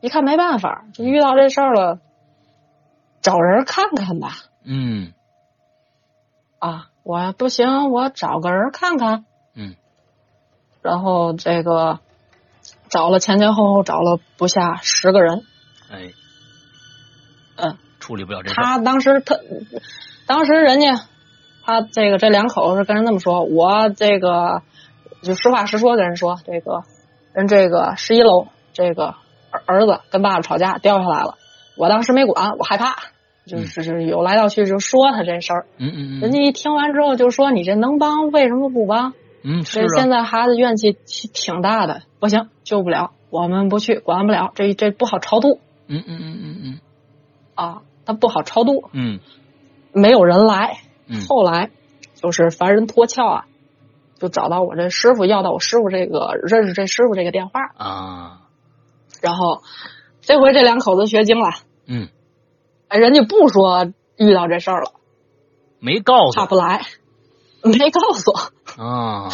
C: 一看没办法，就遇到这事儿了，找人看看吧。
B: 嗯
C: 啊，我不行，我找个人看看。
B: 嗯，
C: 然后这个找了前前后后找了不下十个人。
B: 哎，
C: 嗯，
B: 处理不了这事儿，
C: 他当时特，当时人家他这个这两口子跟人这么说，我这个就实话实说跟人说，这个人这个十一楼这个儿儿子跟爸爸吵架掉下来了，我当时没管，我害怕，就是就是有来道去就说他这事儿，
B: 嗯嗯嗯，
C: 人家一听完之后就说你这能帮为什么不帮？
B: 嗯，是
C: 所以现
B: 啊，
C: 在孩子怨气挺挺大的，不行，救不了，我们不去，管不了，这这不好超度
B: 嗯嗯嗯嗯
C: 啊，他不好超度，
B: 嗯
C: 没有人来。
B: 嗯
C: 后来就是凡人脱壳啊，就找到我这师傅，要到我师傅这个认识这师傅这个电话，
B: 嗯啊，
C: 然后这回这两口子学精了，
B: 嗯，
C: 哎，人家不说遇到这事儿了，
B: 没告诉
C: 他不来，没告诉，
B: 啊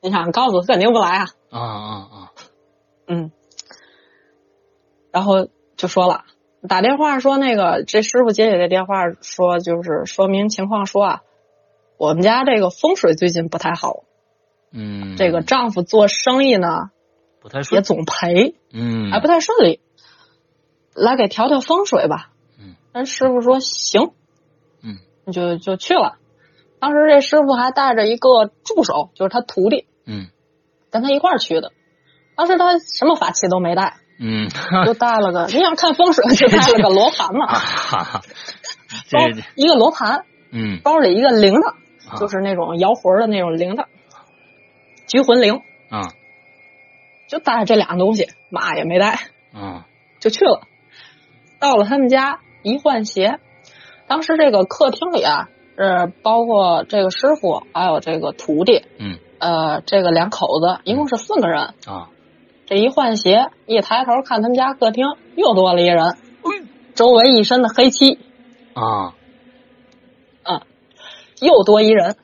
C: 你想告诉肯定不来啊，
B: 啊啊啊，
C: 嗯，然后就说了，打电话说那个这师傅接起这电话说，就是说明情况说啊，我们家这个风水最近不太好，
B: 嗯，
C: 这个丈夫做生意呢
B: 不太
C: 也
B: 顺，
C: 总赔，
B: 嗯，
C: 还不太顺利，来给调调风水吧。
B: 嗯，
C: 人师傅说行，
B: 嗯，
C: 你就就去了。当时这师傅还带着一个助手，就是他徒弟，
B: 嗯
C: 跟他一块儿去的。当时他什么法器都没带，
B: 嗯，
C: 就带了个，你想看风水，就带了个罗盘
B: 啊
C: 嘛，
B: 哈哈，
C: 包
B: 这这
C: 一个罗盘，
B: 嗯，
C: 包里一个铃铛，
B: 啊
C: 就是那种摇魂的那种铃铛，拘魂铃，
B: 啊
C: 就带这俩东西，嘛也没带，
B: 啊
C: 就去了。到了他们家一换鞋，当时这个客厅里啊，是包括这个师傅，还有这个徒弟，
B: 嗯
C: 呃，这个两口子，一共是四个人。
B: 啊，
C: 这一换鞋，一抬头看他们家客厅又多了一人，周围一身的黑漆，
B: 啊，
C: 又多一人，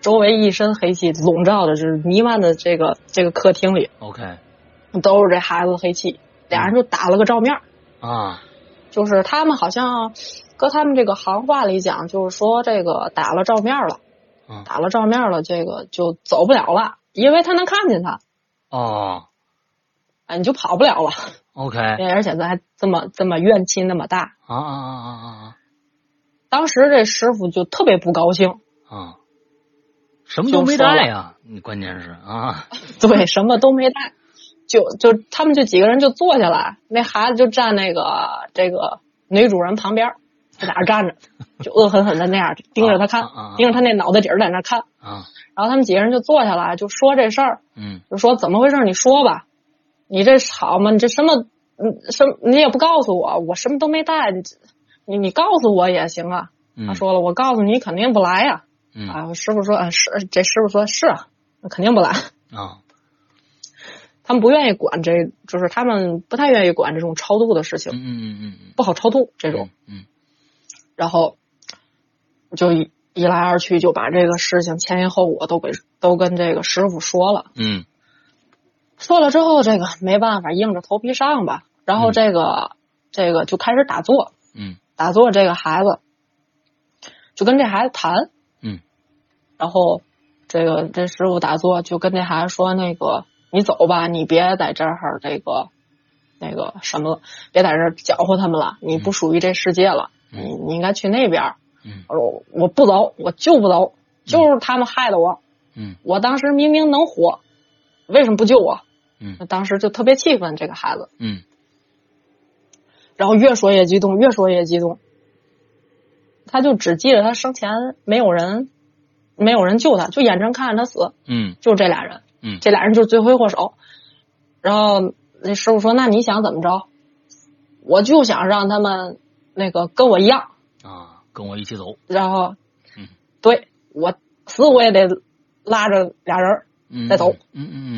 C: 周围一身黑气笼罩的，就是弥漫的这个这个客厅里
B: OK
C: 都是这孩子的黑气，俩人就打了个照面儿。
B: 啊，
C: 就是他们好像，呃搁他们这个行话里讲，就是说这个打了照面儿了，
B: 嗯
C: 打了照面儿了，这个就走不了了，因为他能看见他，
B: 哦
C: 啊，你就跑不了了。
B: ，OK 啊
C: 而且咱还这么这么怨气那么大，
B: 啊啊啊
C: 当时这师傅就特别不高兴，
B: 啊啊，什么都没带呀，你关键是啊，
C: 对，什么都没带，就就他们就几个人就坐下来，那孩子就站那个这个女主人旁边儿，就在那儿 站着，就恶狠狠的那样盯着他看，
B: 啊啊啊啊
C: 盯着他那脑袋底儿在那儿看。
B: 啊，
C: 然后他们几个人就坐下来，就说这事儿，
B: 嗯
C: 就说怎么回事？你说吧，你这吵吗？你这什么，嗯，什么你也不告诉我，我什么都没带，你你你告诉我也行啊。
B: 嗯，
C: 他说了，我告诉你肯定不来呀、
B: 嗯
C: 啊，师傅说，啊是，这师傅说是啊，那肯定不来。
B: 啊，
C: 他们不愿意管这，就是他们不太愿意管这种超度的事
B: 嗯
C: 情，
B: 嗯嗯嗯，
C: 不好超度这
B: 这
C: 种。，
B: 嗯
C: 然后就一一来二去就把这个事情前因后果都给都跟这个师傅说了。
B: 嗯
C: 说了之后，这个没办法，硬着头皮上吧。然后
B: 嗯
C: 这个、这个就开始打坐，
B: 嗯
C: 打坐这个孩子就跟这孩子谈，
B: 嗯，
C: 然后这个这师傅打坐就跟这孩子说：“那个你走吧，你别在这儿这个那个什么了，别在这儿搅和他们了，你不属于这世界了，
B: 嗯
C: 你你应该去那边儿。”
B: 嗯
C: 我说：“我不走，我就不走，就是他们害的我。
B: 嗯
C: 我当时明明能活，为什么不救我？
B: 嗯
C: 那当时就特别气愤这个孩子，
B: 嗯
C: 然后越说越激动，越说越激动。他就只记得他生前没有人，没有人救他，就眼睁看着他死，
B: 嗯
C: 就这俩人，
B: 嗯
C: 这俩人就是罪魁祸首。然后那师傅说：“那你想怎么着？我就想让他们那个跟我一样，
B: 啊，跟我一起走，
C: 然后，
B: 嗯
C: 对我死我也得拉着俩人儿
B: 嗯，嗯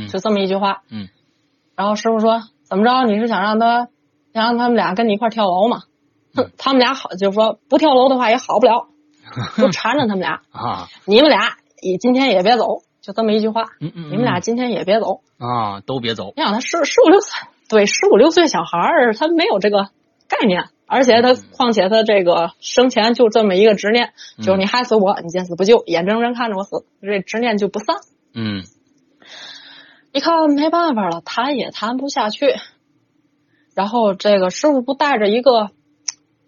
B: 嗯
C: 就这么一句话。
B: 嗯，
C: 然后师傅说：“怎么着？你是想让他，想让他们俩跟你一块儿跳楼吗？”
B: 嗯
C: 哼，他们俩好，就是说不跳楼的话也好 不了，就缠着他们俩。
B: 啊，
C: 你们俩也今天也别走，就这么一句话。
B: 嗯嗯，
C: 你们俩今天也别走。
B: 啊都别走，
C: 你想他十十五六岁，对，十五六岁小孩儿，他没有这个概念，而且他
B: 嗯
C: 况且他这个生前就这么一个执念，就是
B: 嗯
C: 你害死我，你见死不救，眼睁睁看着我死，这执念就不散。
B: 嗯
C: 一看没办法了，谈也谈不下去。然后这个师傅不带着一个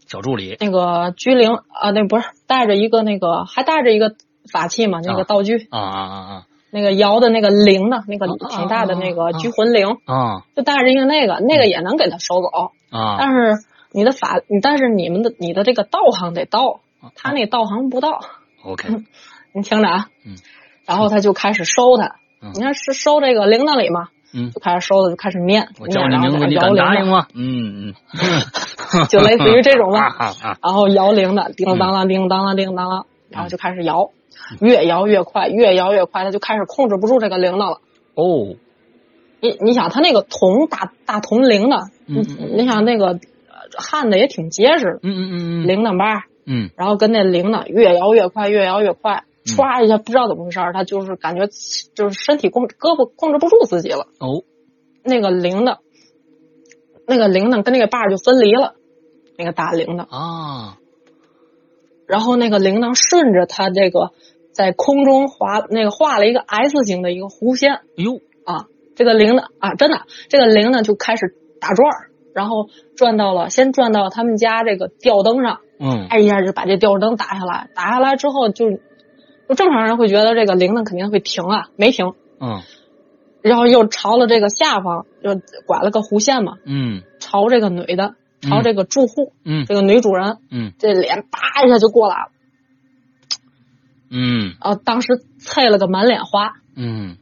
B: 小助理，
C: 那个拘灵啊，那不是带着一个那个，还带着一个法器嘛，那个道具，
B: 啊啊
C: 那个摇的那个铃的那个
B: 啊啊啊
C: 挺大的那
B: 啊
C: 个
B: 啊
C: 拘魂铃，
B: 啊啊
C: 就带着一个那个，那个也能给他收走。
B: 啊，
C: 但是你的
B: 啊
C: 法，但是你们的你的这个道行得到，他那道行不到，
B: OK，
C: 你听着啊，
B: 嗯，
C: 然后他就开始收他，
B: 嗯
C: 你看是收这个铃铛里嘛，
B: 嗯
C: 就开始收他，就开始念，
B: 我
C: 念
B: 叫你
C: 然后
B: 名字，
C: 在
B: 你
C: 摇
B: 敢
C: 铃
B: 答
C: 铛
B: 应吗？嗯 嗯，
C: 就类似于这种吧
B: 啊啊啊！
C: 然后摇铃的，叮当啷，叮当啷，叮
B: 嗯
C: 当啷，然后就开始摇，越摇越快，越摇越快，他就开始控制不住这个铃铛了。
B: 哦，
C: 你你想，他那个铜大大铜铃的，
B: 嗯
C: 你
B: 嗯
C: 你想那个呃焊的也挺结实
B: 嗯嗯嗯
C: 的，
B: 嗯
C: 铃铛把儿，
B: 嗯，
C: 然后跟那铃铛越摇越快，越摇越快，
B: 嗯
C: 歘一下，不知道怎么回事儿，他就是感觉就是身体控胳膊控制不住自己了，
B: 哦，
C: 那个铃铛，那个铃铛跟那个把儿就分离了，那个大铃铛。
B: 啊，
C: 然后那个铃铛顺着它这个在空中划那个画了一个 S 型的一个弧线
B: 哎呦，
C: 啊，这个铃铛啊，真的这个铃铛就开始打转儿，然后转到了先转到他们家这个吊灯上，
B: 嗯
C: 哎一下就把这吊灯打下来，打下来之后就就正常人会觉得这个铃铛肯定会停啊，没停，
B: 嗯
C: 然后又朝了这个下方就拐了个弧线嘛，
B: 嗯
C: 朝这个女的，朝这个住户、
B: 嗯
C: 这个女主人
B: 嗯
C: 这脸叭一下就过来了。
B: 嗯
C: 然后当时啐了个满脸花，
B: 嗯，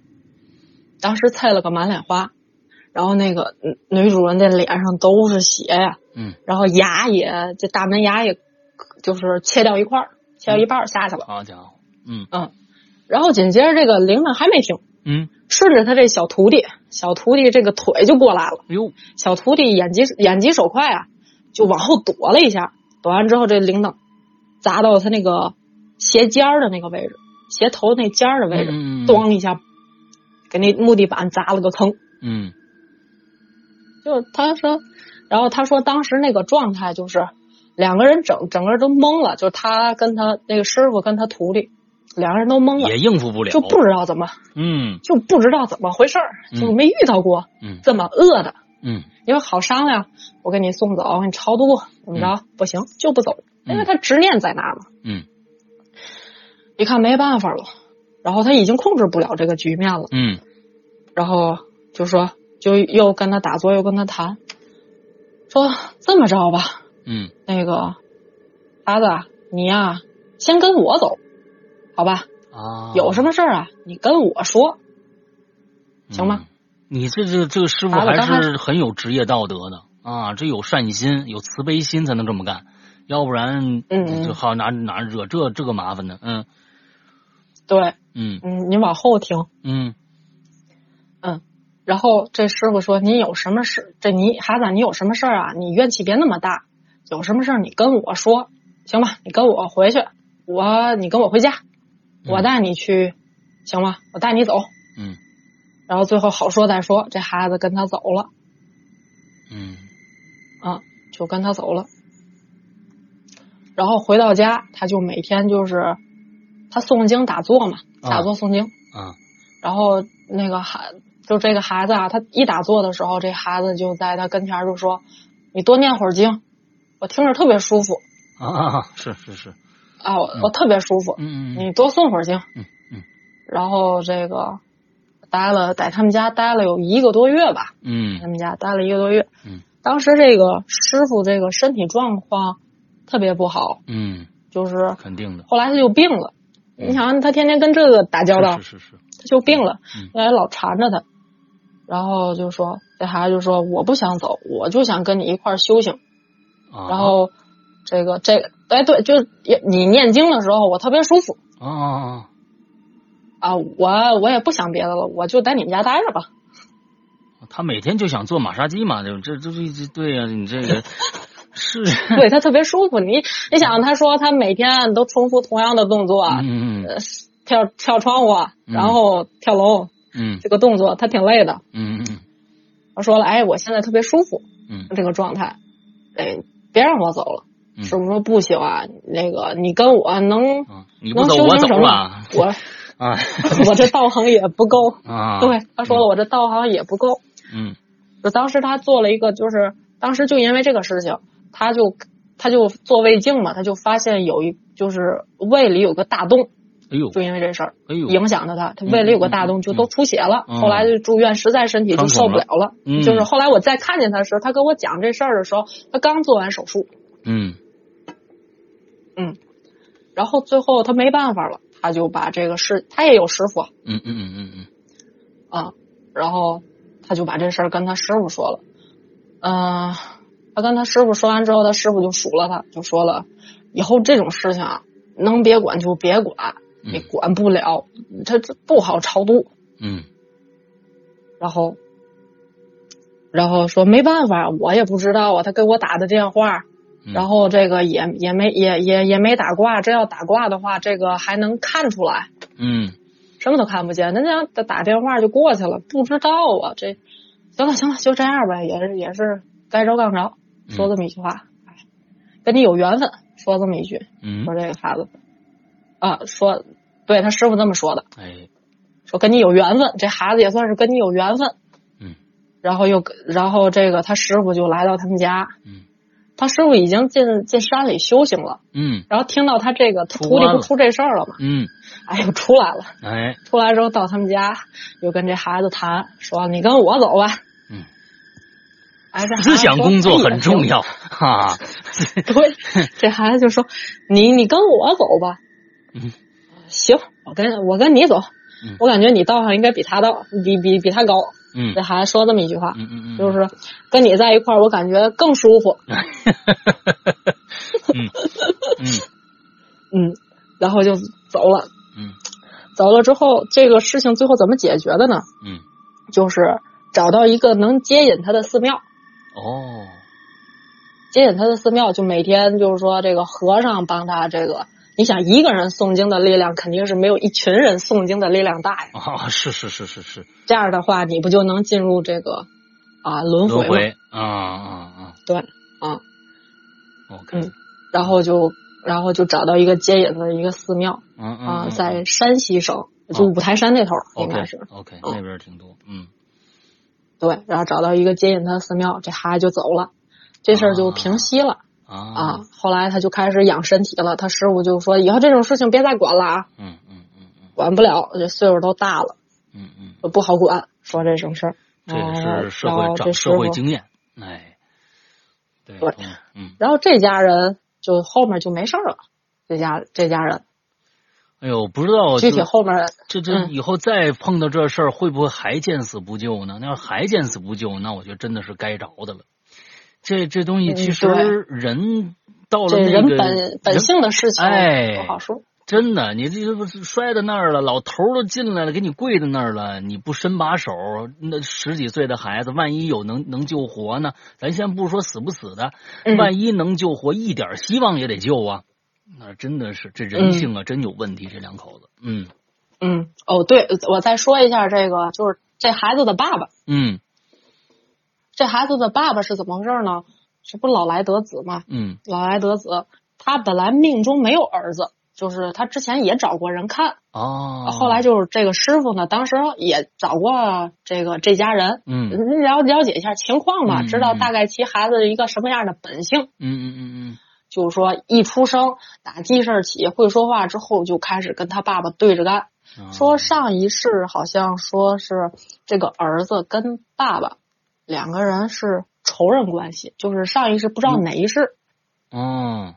C: 当时啐了个满脸花，然后那个嗯女主人这脸上都是血呀，
B: 嗯，
C: 然后牙也这大门牙也就是切掉一块儿，切掉一半儿下去了，
B: 好家伙，嗯
C: 然后紧接着这个铃铛还没停，
B: 嗯，
C: 顺着他这小徒弟，小徒弟这个腿就过来了，
B: 哎呦，
C: 小徒弟眼疾眼疾手快啊，就往后躲了一下，躲完之后这铃铛砸到他那个鞋尖儿的那个位置，鞋头那尖儿的位置，
B: 嗯嗯嗯
C: 咣一下，给那木地板砸了个坑。
B: 嗯
C: 就是他说，然后他说当时那个状态就是两个人整整个人都懵了，就是他跟他那个师傅跟他徒弟两个人都懵了
B: 也，应付不了，
C: 就不知道怎么
B: 嗯
C: 就不知道怎么回事儿，
B: 嗯
C: 就没遇到过
B: 嗯
C: 这么饿的。
B: 嗯
C: 因为好商量，我给你送走，我给你超度，怎么着？不行，就不走，因为他执念在那儿嘛。
B: 嗯
C: 一看没办法了，然后他已经控制不了这个局面了，
B: 嗯
C: 然后就说，就又跟他打坐，又跟他谈，说这么着吧，
B: 嗯
C: 那个孩子啊，你呀、先跟我走，好吧？
B: 啊，
C: 有什么事儿啊，你跟我说。行吗
B: 嗯？你这这这个师傅
C: 啊我
B: 还
C: 刚开
B: 是很有职业道德的啊，这有善心、有慈悲心才能这么干，要不然
C: 嗯
B: 就好哪哪惹这这个麻烦呢？嗯
C: 对，
B: 嗯
C: 嗯，你往后听。
B: 嗯
C: 然后这师傅说：“你有什么事？这你孩子啊，你有什么事儿啊？你怨气别那么大，有什么事儿你跟我说，行吧？你跟我回去，我你跟我回家，
B: 嗯
C: 我带你去，行吗？我带你走。
B: 嗯”
C: 然后最后好说歹说，这孩子跟他走了。
B: 嗯
C: 啊，就跟他走了。然后回到家，他就每天就是他诵经打坐嘛，
B: 啊
C: 打坐诵经。
B: 啊
C: 然后那个孩，就这个孩子啊，他一打坐的时候，这孩子就在他跟前儿就说：“你多念会儿经，我听着特别舒服
B: 啊，是是是，
C: 啊，我
B: 嗯
C: 我特别舒服，
B: 嗯嗯
C: 你多诵会儿经。”
B: 嗯嗯。
C: 然后这个待了在他们家待了有一个多月吧，
B: 嗯
C: 他们家待了一个多月。
B: 嗯，
C: 当时这个师傅这个身体状况特别不好，
B: 嗯，
C: 就是
B: 肯定的，
C: 后来他就病了。
B: 嗯
C: 你想，他天天跟这个打交道，
B: 是是是是，
C: 他就病了
B: 嗯，
C: 后来老缠着他，然后就说这孩子就说我不想走，我就想跟你一块儿修行。
B: 啊
C: 然后这个这个，哎对，就是也你念经的时候我特别舒服
B: 啊啊啊
C: 啊，我我也不想别的了，我就在你们家待着吧。
B: 他每天就想做马杀鸡嘛，就这这这这对呀、你这个是
C: 对他特别舒服。你你想，他说他每天都重复同样的动作，
B: 嗯嗯嗯
C: 呃跳跳窗户，啊
B: 嗯
C: 然后跳楼
B: 嗯
C: 这个动作，他挺累的。
B: 嗯嗯
C: 他说了，哎，我现在特别舒服，
B: 嗯
C: 这个状态，哎，别让我走了。
B: 嗯
C: 师傅说不行啊，那个你跟我 能
B: 啊，你不
C: 能
B: 走
C: 修
B: 我
C: 成
B: 走
C: 什
B: 了
C: 么？我
B: 啊
C: 我这道行也不够。
B: 啊，
C: 对，他说了，我这道行也不够。
B: 嗯
C: 就当时他做了一个，就是当时就因为这个事情，他就他就做胃镜嘛，他就发现有一就是胃里有个大洞，
B: 哎呦，
C: 就因为这事儿
B: 哎呦，
C: 影响着他，他胃里有个大洞，就都出血了。
B: 嗯
C: 后来就住院，实在身体就受不了了。
B: 嗯
C: 就是后来我再看见他时，他跟我讲这事儿的时候，他刚做完手术，
B: 嗯
C: 然后最后他没办法了，他就把这个事，他也有师傅
B: 嗯嗯嗯嗯嗯，
C: 啊，然后他就把这事儿跟他师傅说了，嗯、他跟他师傅说完之后，他师傅就数落他，就说了，以后这种事情啊，能别管就别管，
B: 嗯
C: 你管不了，他这不好超度。
B: 嗯
C: 然后，然后说没办法，我也不知道啊，他给我打的电话，
B: 嗯
C: 然后这个也也没也也也没打挂，这要打挂的话，这个还能看出来，
B: 嗯
C: 什么都看不见，人家打打电话就过去了，不知道啊，这行了行了，就这样呗，也是也是该着杠着，
B: 嗯
C: 说这么一句话，哎，跟你有缘分，说这么一句，
B: 嗯
C: 说，这个孩子，啊，说对他师傅这么说的，
B: 哎，
C: 说跟你有缘分，这孩子也算是跟你有缘分。
B: 嗯
C: 然后又跟然后这个他师傅就来到他们家，
B: 嗯
C: 他师傅已经进进山里修行了，
B: 嗯
C: 然后听到他这个他
B: 出
C: 徒弟
B: 关
C: 不
B: 了
C: 出这事儿了吗？
B: 嗯，
C: 哎呦，出来了，
B: 哎，
C: 出来之后到他们家又跟这孩子谈，说你跟我走吧。
B: 嗯，
C: 哎，这孩子
B: 思想
C: 说
B: 工作很重。
C: 哎
B: 要，哈，
C: 也行 对，这孩子就说你你跟我走吧。
B: 嗯，
C: 行，我跟我跟你走
B: 嗯。
C: 我感觉你道上应该比他道，比比比他高。
B: 嗯
C: 这孩子说这么一句话，
B: 嗯嗯嗯，
C: 啊就是跟你在一块儿，我感觉更舒服。
B: 嗯
C: 嗯，然后就走了。
B: 嗯
C: 走了之后，这个事情最后怎么解决的呢？
B: 嗯，
C: 就是找到一个能接引他的寺庙，
B: 哦，
C: 接引他的寺庙就每天就是说这个和尚帮他这个。你想一个人诵经的力量肯定是没有一群人诵经的力量大呀。
B: 啊，是是是是是，
C: 这样的话，你不就能进入这个啊轮回
B: 轮
C: 吗？
B: 回，啊啊啊
C: 对啊，
B: ，OK，
C: 嗯然后就然后就找到一个接引的一个寺庙
B: 嗯嗯哦
C: 啊，在山西省，就五台山那头儿应该是。
B: OK，
C: 嗯
B: 那边挺多，嗯
C: 对，然后找到一个接引他的寺庙，这孩子就走了，这事儿就平息了啊
B: 啊，
C: 后来他就开始养身体了，他师傅就说以后这种事情别再管了啊，
B: 嗯嗯嗯嗯
C: 管不了，这岁数都大了，
B: 嗯嗯，
C: 都不好管，说这种事儿。哎
B: 这也是社
C: 然
B: 会
C: 后这
B: 长
C: 师
B: 社会
C: 傅
B: 经验，哎，对，嗯，
C: 然后这家人就后面就没事儿了，这家这家人
B: 哎呦，不知道
C: 具体后面
B: 这这
C: 嗯
B: 以后再碰到这事儿，会不会还见死不救呢？那要还见死不救，那我觉得真的是该着的了。这这东西
C: 嗯
B: 其实
C: 对
B: 人到了
C: 这
B: 那
C: 人
B: 个
C: 本本性的事情
B: 哎
C: 不好说，
B: 真的，你这不是摔在那儿了，老头儿都进来了，给你跪在那儿了，你不伸把手，那十几岁的孩子，万一有能能救活呢？咱先不说死不死的，
C: 嗯
B: 万一能救活，一点希望也得救啊！那真的是这人性啊，真有问题，这两口子。嗯
C: 嗯哦对，我再说一下这个就是这孩子的爸爸，
B: 嗯
C: 这孩子的爸爸是怎么回事呢？这不老来得子吗？
B: 嗯
C: 老来得子，他本来命中没有儿子，就是他之前也找过人看，
B: 哦，
C: 后来就是这个师傅呢，当时也找过这个这家人，
B: 嗯嗯
C: 了了解一下情况嘛，
B: 嗯
C: 知道大概其孩子一个什么样的本性。
B: 嗯嗯嗯
C: 就是说，一出生打记事儿起会说话之后，就开始跟他爸爸对着干。
B: 嗯，啊
C: 说上一世好像说是这个儿子跟爸爸两个人是仇人关系，就是上一世不知道哪一世，
B: 嗯，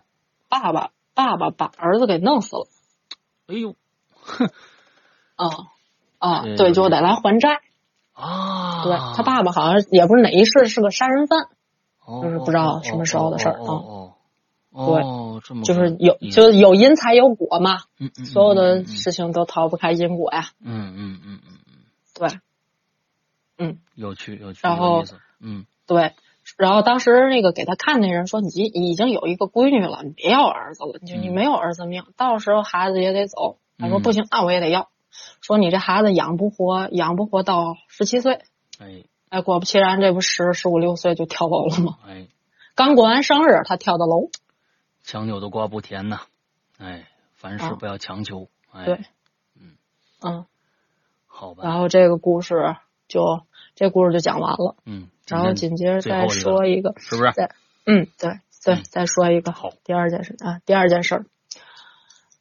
C: 爸爸爸爸把儿子给弄死了，
B: 哎呦
C: 啊、啊、
B: 嗯
C: 对，就得来还债。
B: 啊，
C: 对他爸爸好像也不是哪一世是个杀人犯，
B: 哦
C: 就是不知道什么时候的事儿
B: 哦哦哦，哦这么
C: 就是
B: 个
C: 有
B: 意思
C: 就是有因才有果嘛，
B: 嗯嗯
C: 所有
B: 嗯
C: 的
B: 嗯
C: 事情都逃不开因果呀。
B: 嗯嗯嗯嗯嗯，
C: 对
B: 有趣有趣，
C: 然
B: 有
C: 后
B: 意思嗯
C: 对。然后当时那个给他看那人说：“你已已经有一个闺女了，你别要儿子了，你就你
B: 嗯
C: 没有儿子命，到时候孩子也得走。”他说：“
B: 嗯
C: 不行，那我也得要。”说你这孩子养不活，养不活到十七岁。
B: 哎
C: 哎，果不其然，这不十十五六岁就跳楼了吗？
B: 哎，
C: 刚过完生日，他跳的楼。
B: 强扭的瓜不甜呐，哎，凡事
C: 啊
B: 不要强求，哎，
C: 对嗯，
B: 好吧，
C: 然后这个故事就这故事就讲完了。
B: 嗯，今
C: 然后
B: 天
C: 紧接着
B: 最后
C: 再
B: 一个
C: 说一个，
B: 是不是？
C: 嗯，对对
B: 嗯，
C: 再说一个
B: 好，
C: 第二件事啊，第二件事儿，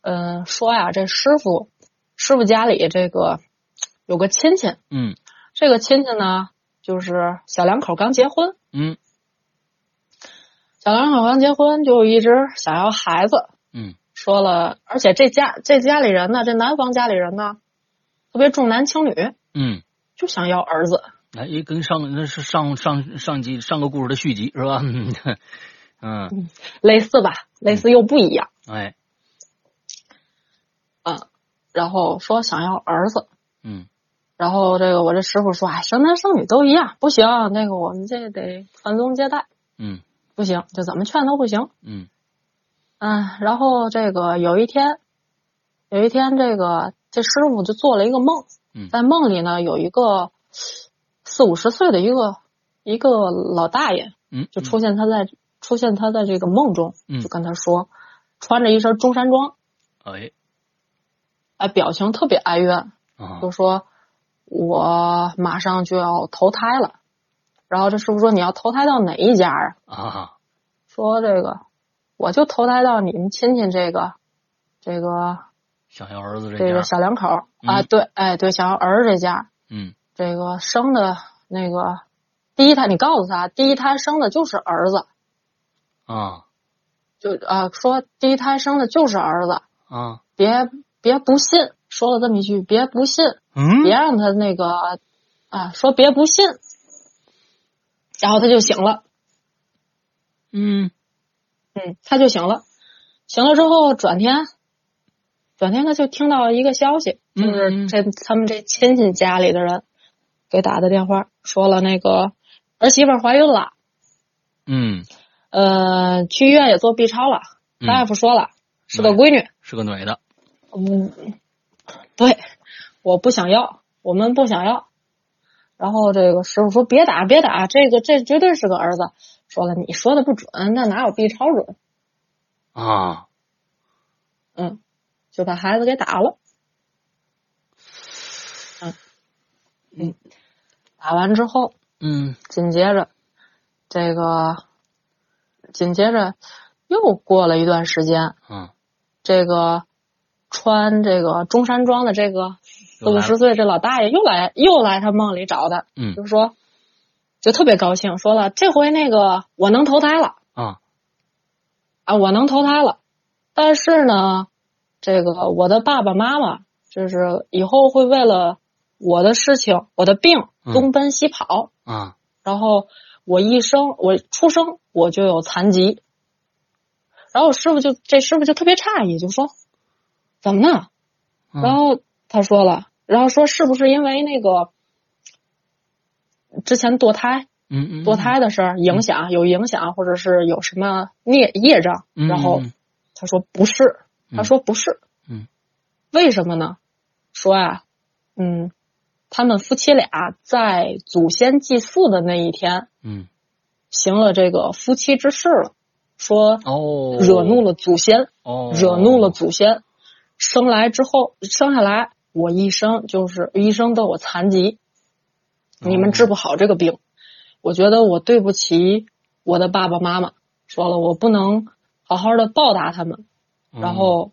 C: 呃，说呀，这师傅师傅家里这个有个亲戚，
B: 嗯
C: 这个亲戚呢，就是小两口刚结婚，
B: 嗯
C: 小两口刚结婚就一直想要孩子，
B: 嗯
C: 说了，而且这家这家里人呢，这男方家里人呢，特别重男轻女，
B: 嗯，
C: 就想要儿子。
B: 哎，也跟上那是上上上集上个故事的续集是吧？ 嗯嗯，
C: 类似吧，类似又不一样。
B: 哎，
C: 然后说想要儿子，
B: 嗯
C: 然后这个我这师傅说，哎，生男生女都一样，不行，那个我们这得传宗接代，
B: 嗯
C: 不行，就怎么劝都不行。
B: 嗯
C: 嗯，然后这个有一天，有一天这个这师傅就做了一个梦，
B: 嗯
C: 在梦里呢有一个四五十岁的一个一个老大爷，
B: 嗯，
C: 就出现他在、出现他在这个梦中，
B: 嗯
C: 就跟他说，穿着一身中山装，
B: 哎
C: 哎，表情特别哀怨，
B: 啊
C: 就说我马上就要投胎了。然后这师傅说你要投胎到哪一家啊？
B: 啊
C: 说这个我就投胎到你们亲戚这个这个
B: 想要儿子这
C: 这
B: 家
C: 个小两口儿啊，
B: 嗯
C: 对，哎对，想要儿子这家，
B: 嗯
C: 这个生的那个第一胎，你告诉他，第一胎生的就是儿子，
B: 啊
C: 就啊说第一胎生的就是儿子，
B: 啊
C: 别别不信，说了这么一句，别不信，
B: 嗯
C: 别让他那个啊说别不信，然后他就醒了，
B: 嗯
C: 嗯，他就醒了，醒了之后转天。转天他就听到一个消息，就
B: 嗯
C: 是
B: 嗯
C: 这他们这亲戚家里的人给打的电话，说了那个儿媳妇儿怀孕了，
B: 嗯
C: 呃，去医院也做 B 超了，
B: 嗯
C: 大夫说了、是个
B: 嗯
C: 闺女。
B: 是个女的
C: 嗯，对，我不想要，我们不想要。然后这个师傅说：“别打，别打，这个这绝对是个儿子。”说了，你说的不准，那哪有 B 超准？
B: 啊
C: 嗯，就把孩子给打了。嗯嗯，打完之后，
B: 嗯
C: 紧接着这个，紧接着又过了一段时间，
B: 啊
C: 这个穿这个中山装的这个四
B: 又
C: 五
B: 来
C: 十
B: 了
C: 岁这老大爷又来又来他梦里找他，
B: 嗯
C: 就说就特别高兴，说了这回那个我能投胎了
B: 啊
C: 啊，我能投胎了，但是呢，这个我的爸爸妈妈就是以后会为了我的事情、我的病
B: 嗯
C: 东奔西跑，
B: 啊
C: 然后我一生我出生我就有残疾，然后师傅就这师傅就特别诧异，就说怎么呢？然
B: 啊
C: 后他说了，然后说是不是因为那个之前堕胎
B: 嗯嗯
C: 堕胎的事儿影响有影响，或者是有什么孽业障？
B: 嗯
C: 然后
B: 嗯
C: 他说不是，他
B: 嗯
C: 说不是，
B: 嗯，
C: 为什么呢？说啊，嗯，他们夫妻俩在祖先祭祀的那一天
B: 嗯
C: 行了这个夫妻之事了，说
B: 哦
C: 惹怒了祖先，
B: 哦
C: 惹怒了祖先，生来之后生下来，我一生就是一生都有残疾，你们治不好这个病，我觉得我对不起我的爸爸妈妈，说了我不能好好的报答他们，
B: 嗯
C: 然后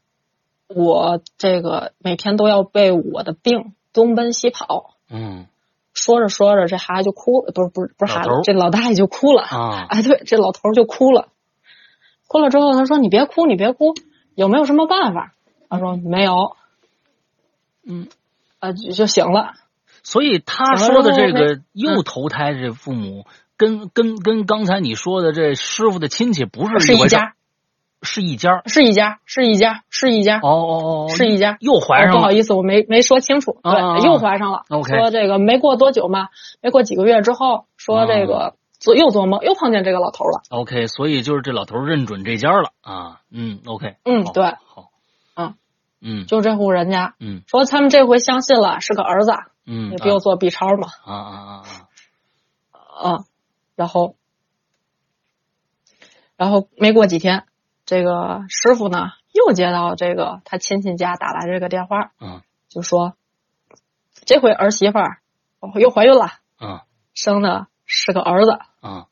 C: 我这个每天都要被我的病东奔西跑。
B: 嗯
C: 说着说着，这孩子就哭了，不是不是不是孩子
B: 老头儿，
C: 这老大爷就哭了。
B: 啊
C: 哎，对，这老头儿就哭了，哭了之后，他说：“你别哭，你别哭，有没有什么办法？”他说：“没有。
B: 嗯。”
C: 呃，就就醒了。
B: 所以他说的这个
C: 嗯
B: 又投胎这父母，跟跟跟刚才你说的这师傅的亲戚不是
C: 是一
B: 回事儿，
C: 家，
B: 是一家儿。
C: 是一家，是一家，是一家，
B: 哦哦哦，
C: 是一家。
B: 又怀
C: 哦不
B: 上
C: 好
B: 了。
C: 意思，我没没说清楚。对，
B: 啊啊啊
C: 又怀上了。
B: OK
C: 说这个没过多久嘛，没过几个月之后，说这个、
B: 啊
C: 做又做梦，又碰见这个老头儿了。
B: OK，所以就是这老头认准这家了啊。嗯，OK。
C: 嗯
B: 好
C: 对
B: 好。
C: 嗯
B: 嗯
C: 就这户人家
B: 嗯
C: 说他们这回相信了，是个儿子，
B: 嗯
C: 也不用做 B 超嘛。
B: 啊啊啊啊！
C: 啊，然后，然后没过几天，这个师傅呢又接到这个他亲戚家打来这个电话，
B: 嗯
C: 就说这回儿媳妇儿哦又怀孕了，
B: 啊
C: 生的是个儿子
B: 啊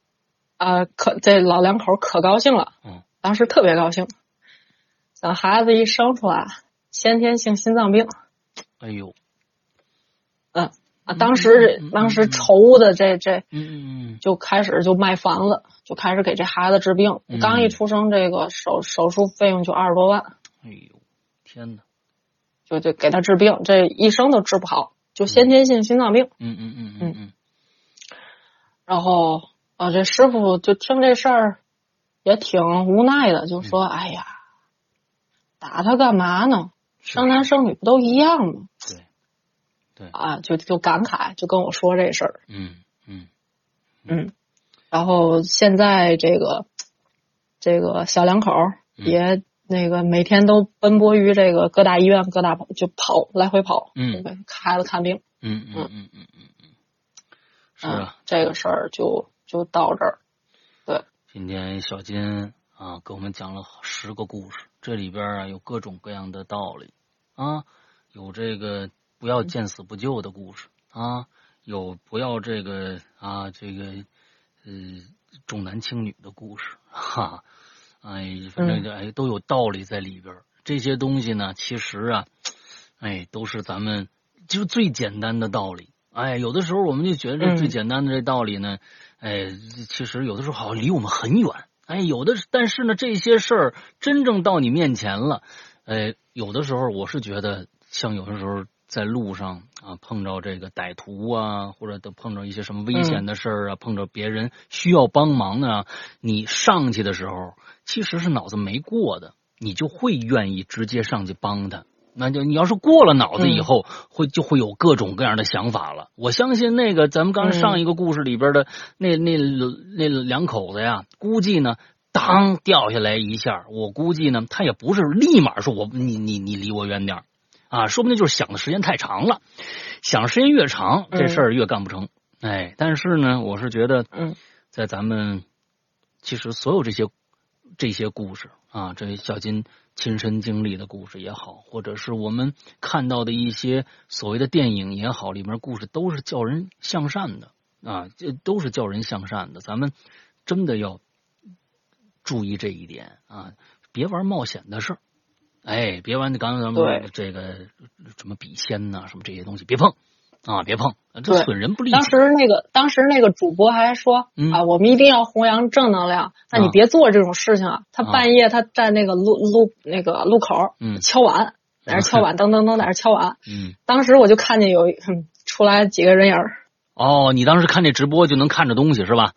C: 啊，可这老两口可高兴了
B: 嗯，
C: 当时特别高兴，想孩子一生出来先天性心脏病
B: 哎呦，
C: 啊，当时
B: 嗯嗯嗯
C: 当
B: 嗯
C: 时
B: 嗯
C: 愁的这这
B: 嗯嗯
C: 就开始就卖房子，就开始给这孩子治病
B: 嗯。
C: 刚一出生，这个手手术费用就二十多万，
B: 嗯，哎呦，天哪！
C: 就就给他治病，这一生都治不好，就先天性心脏病。
B: 嗯嗯嗯嗯嗯，
C: 然后啊，这师傅就听这事儿也挺无奈的，就说：“哎呀，打他干嘛呢？
B: 是
C: 生男生女不都一样吗
B: 对，？”
C: 啊，就就感慨，就跟我说这事儿。
B: 嗯嗯
C: 嗯，然后现在这个这个小两口儿
B: 嗯
C: 也那个每天都奔波于这个各大医院、各大就跑来回跑，
B: 嗯
C: 给孩子看病。
B: 嗯嗯嗯嗯嗯嗯嗯，是
C: 嗯
B: 啊，，
C: 这个事儿就就到这儿。
B: 今天小金啊给我们讲了十个故事，这里边啊有各种各样的道理啊，有这个不要见死不救的故事啊，有不要这个啊这个呃重男轻女的故事哈、哎，反正就哎都有道理在里边儿。这些东西呢，其实啊，哎，都是咱们就是最简单的道理。哎，有的时候我们就觉得这
C: 嗯
B: 最简单的这道理呢，哎，其实有的时候好像离我们很远。哎，有的，但是呢，这些事儿真正到你面前了，哎，有的时候我是觉得，像有的时候在路上啊，碰着这个歹徒啊，或者都碰着一些什么危险的事儿啊，碰着别人需要帮忙的啊，你上去的时候其实是脑子没过的，你就会愿意直接上去帮他。那就你要是过了脑子以后，会就会有各种各样的想法了。我相信那个咱们刚才上一个故事里边的那那那两口子呀，估计呢，当掉下来一下，我估计呢，他也不是立马说我你你你离我远点儿啊，说不定就是想的时间太长了，想的时间越长，这事儿越干不成。哎，但是呢，我是觉得
C: 嗯
B: 在咱们其实所有这些这些故事啊，这小金亲身经历的故事也好，或者是我们看到的一些所谓的电影也好，里面故事都是叫人向善的啊，这都是叫人向善的。咱们真的要注意这一点啊，别玩冒险的事儿。哎，别玩刚才咱们
C: 对
B: 这个什么笔仙呐、什么这些东西，别碰啊，别碰，啊这
C: 对
B: 损人不利己。
C: 当时那个当时那个主播还说、
B: 嗯
C: 啊，我们一定要弘扬正能量，那你
B: 啊
C: 别做这种事情啊。他
B: 啊
C: 半夜他在那个路路那个路口
B: 嗯
C: 敲碗，在那敲碗， 噔噔噔在那敲碗。
B: 嗯，
C: 当时我就看见有一哼出来几个人影儿，
B: 哦，你当时看这直播就能看着东西是吧？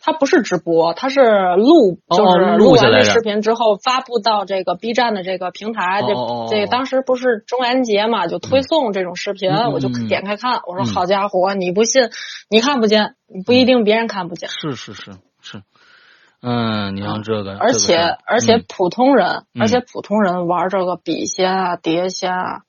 C: 他不是直播，他是录，
B: 哦
C: 就是
B: 录下
C: 完
B: 来的
C: 这视频之后发布到这个 B 站的这个平台。这
B: 哦哦哦
C: 这当时不是中元节嘛，就推送这种视频，
B: 嗯嗯
C: 我就
B: 嗯
C: 点开看，我说
B: 嗯
C: 好家伙，你不信，你看不见，你不一定别人看不见。
B: 是是是是，嗯，你像这个，
C: 而
B: 这个事
C: 且
B: 儿
C: 而且普通人，
B: 嗯
C: 而且普通人玩这个笔仙啊、碟仙啊，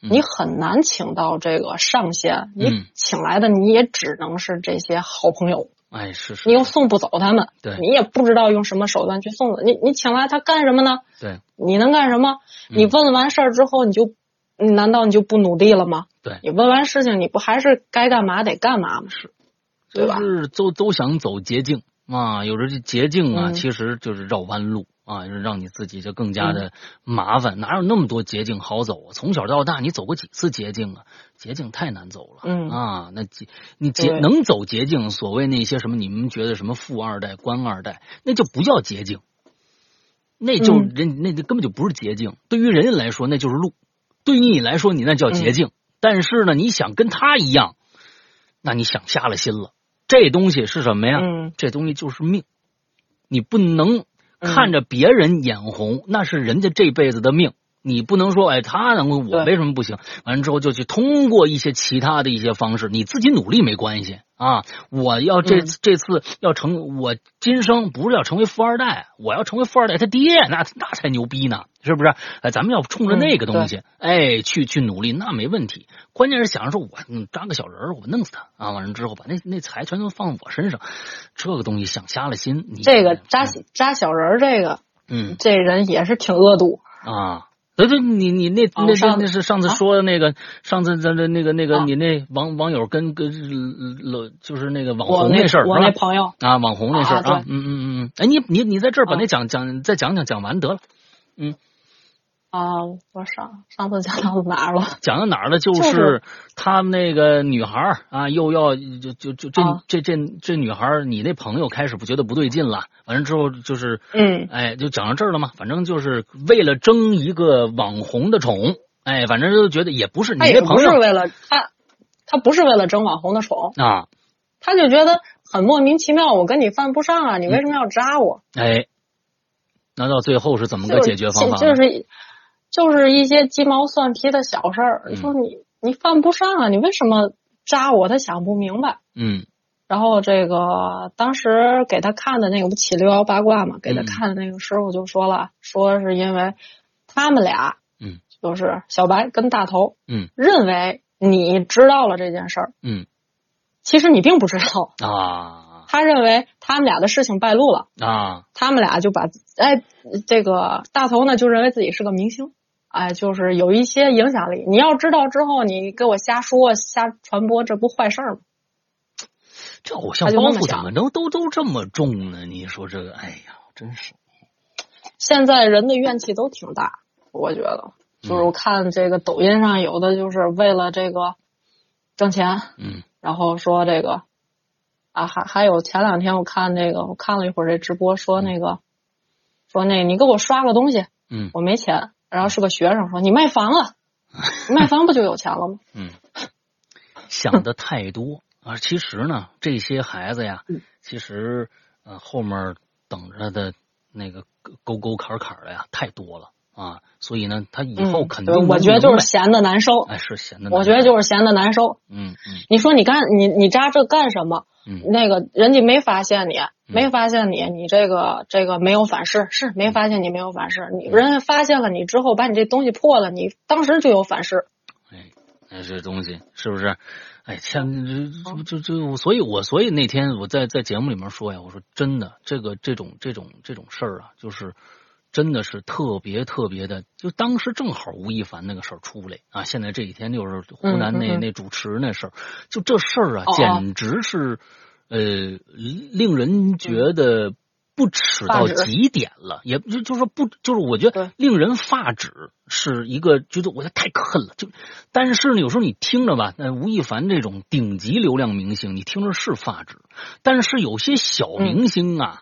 B: 嗯
C: 你很难请到这个上仙，你请来的你也只能是这些好朋
B: 嗯
C: 友，
B: 哎是是，
C: 你又送不走他们，
B: 对
C: 你也不知道用什么手段去送走你，你请来他干什么呢？
B: 对
C: 你能干什么？
B: 嗯
C: 你问完事儿之后，你就你难道你就不努力了吗？
B: 对
C: 你问完事情，你不还是该干嘛得干嘛吗？是，对吧？
B: 就是都都想走捷径啊，有时候这捷径啊，
C: 嗯
B: 其实就是绕弯路啊，就是让你自己就更加
C: 嗯
B: 的麻烦。哪有那么多捷径好走啊？从小到大你走过几次捷径啊？捷径太难走了。
C: 嗯
B: 啊，那捷你捷
C: 对
B: 能走捷径，所谓那些什么你们觉得什么富二代、官二代，那就不叫捷径，那就
C: 嗯
B: 人、那就根本就不是捷径。对于人家来说，那就是路；对于你来说，你那叫捷
C: 嗯
B: 径。但是呢，你想跟他一样，那你想瞎了心了。这东西是什么呀？
C: 嗯
B: 这东西就是命，你不能看着别人眼红，那是人家这辈子的命。你不能说，哎，他能，我
C: 对
B: 为什么不行？完了之后就去通过一些其他的一些方式，你自己努力没关系啊。我要这、
C: 嗯
B: 这次要成，我今生不是要成为富二代，我要成为富二代他爹，那那才牛逼呢，是不是？哎，咱们要冲
C: 嗯
B: 着那个东西，哎，去去努力，那没问题。关键是想着说我嗯扎个小人儿，我弄死他啊，完了之后把那那财全都放我身上，这个东西想瞎了心。你
C: 这个扎扎小人儿，这个
B: 嗯
C: 这人也是挺恶毒。
B: 啊。对对，你你那
C: 哦
B: 那那
C: 上
B: 那是上次
C: 啊
B: 说的那个，上次咱的那个那个
C: 啊
B: 你那网网友跟跟老就是哦那个网
C: 我
B: 红
C: 那
B: 事儿，
C: 我
B: 是吧
C: 那朋友，
B: 啊，网红那事儿
C: 啊
B: 啊，嗯嗯嗯嗯，哎，你你你在这儿把
C: 啊
B: 那讲讲再讲讲讲完得了，
C: 啊，我上上次讲到哪儿了？
B: 讲到哪儿了？就
C: 就是是
B: 他们那个女孩儿啊，又要就就就这、
C: 啊
B: 这这这女孩儿，你那朋友开始不觉得不对劲了，完了之后就是，
C: 嗯
B: 哎，就讲到这儿了嘛。反正就是为了争一个网红的宠，哎，反正就觉得也不是你
C: 他
B: 那
C: 哎也不
B: 朋
C: 是
B: 友
C: 为了他，他不是为了争网红的宠，
B: 啊，
C: 他就觉得很莫名其妙，我跟你犯不上啊，你
B: 嗯
C: 为什么要扎我？
B: 哎，那到最后是怎么个
C: 就是
B: 解决方法呢？
C: 就就是就是一些鸡毛蒜皮的小事儿。
B: 嗯
C: 你说你你犯不上啊，你为什么扎我？他想不明白。
B: 嗯
C: 然后这个当时给他看的那个不起六爻八卦嘛，给他
B: 嗯
C: 看的那个师傅就说了，说是因为他们俩，
B: 嗯，
C: 就是小白跟大头，
B: 嗯，
C: 认为你知道了这件事儿，
B: 嗯
C: 其实你并不知道。
B: 啊
C: 他认为他们俩的事情败露了，
B: 啊
C: 他们俩就把哎这个大头呢就认为自己是个明星，哎，就是有一些影响力。你要知道之后，你给我瞎说瞎传播，这不坏事儿吗？
B: 这偶像
C: 他就
B: 包
C: 那么
B: 袱怎
C: 想
B: 么能都都这么重呢？你说这个，哎呀，真是，
C: 现在人的怨气都挺大，我觉得，就是我看这个抖音上有的就是为了这个挣钱，
B: 嗯
C: 然后说这个啊，还还有前两天我看那个，我看了一会儿这直播，说那个说那你给我刷个东西，
B: 嗯
C: 我没钱，然后是个学生说你卖房了，你卖房不就有钱了吗？
B: 嗯，想的太多啊。其实呢，这些孩子呀
C: 嗯，
B: 其实呃后面等着的那个沟沟坎坎的呀太多了啊，所以呢，他 以后
C: 嗯
B: 肯定
C: 对
B: 能
C: 我觉得就
B: 明白
C: 是闲的难受，
B: 哎是闲的，
C: 我觉得就是闲的难受。
B: 嗯嗯
C: 你说你干你你扎这干什么？
B: 嗯
C: 那个人家没发现你，没发现你，你这个这个没有反噬，是没发现你没有反噬。
B: 嗯
C: 你人家发现了你之后，把你这东西破了，你当时就有反噬。
B: 哎，哎，这东西是不是？哎，天，这
C: 哦
B: 这这，所以我所以那天我在在节目里面说呀，我说真的，这个这种这种这种事儿啊，就是真的是特别特别的。就当时正好吴亦凡那个事儿出来啊，现在这几天就是湖南那、
C: 嗯嗯嗯
B: 那主持那事儿，就这事儿啊，
C: 哦哦
B: 简直是呃令人觉得。不耻到
C: 发指
B: 极点了，也就就说不，就是我觉得
C: 对
B: 令人发指是一个觉得我觉得太恨了，就但是呢，有时候你听着吧，那吴亦凡这种顶级流量明星，你听着是发指，但是有些小
C: 嗯
B: 明星啊，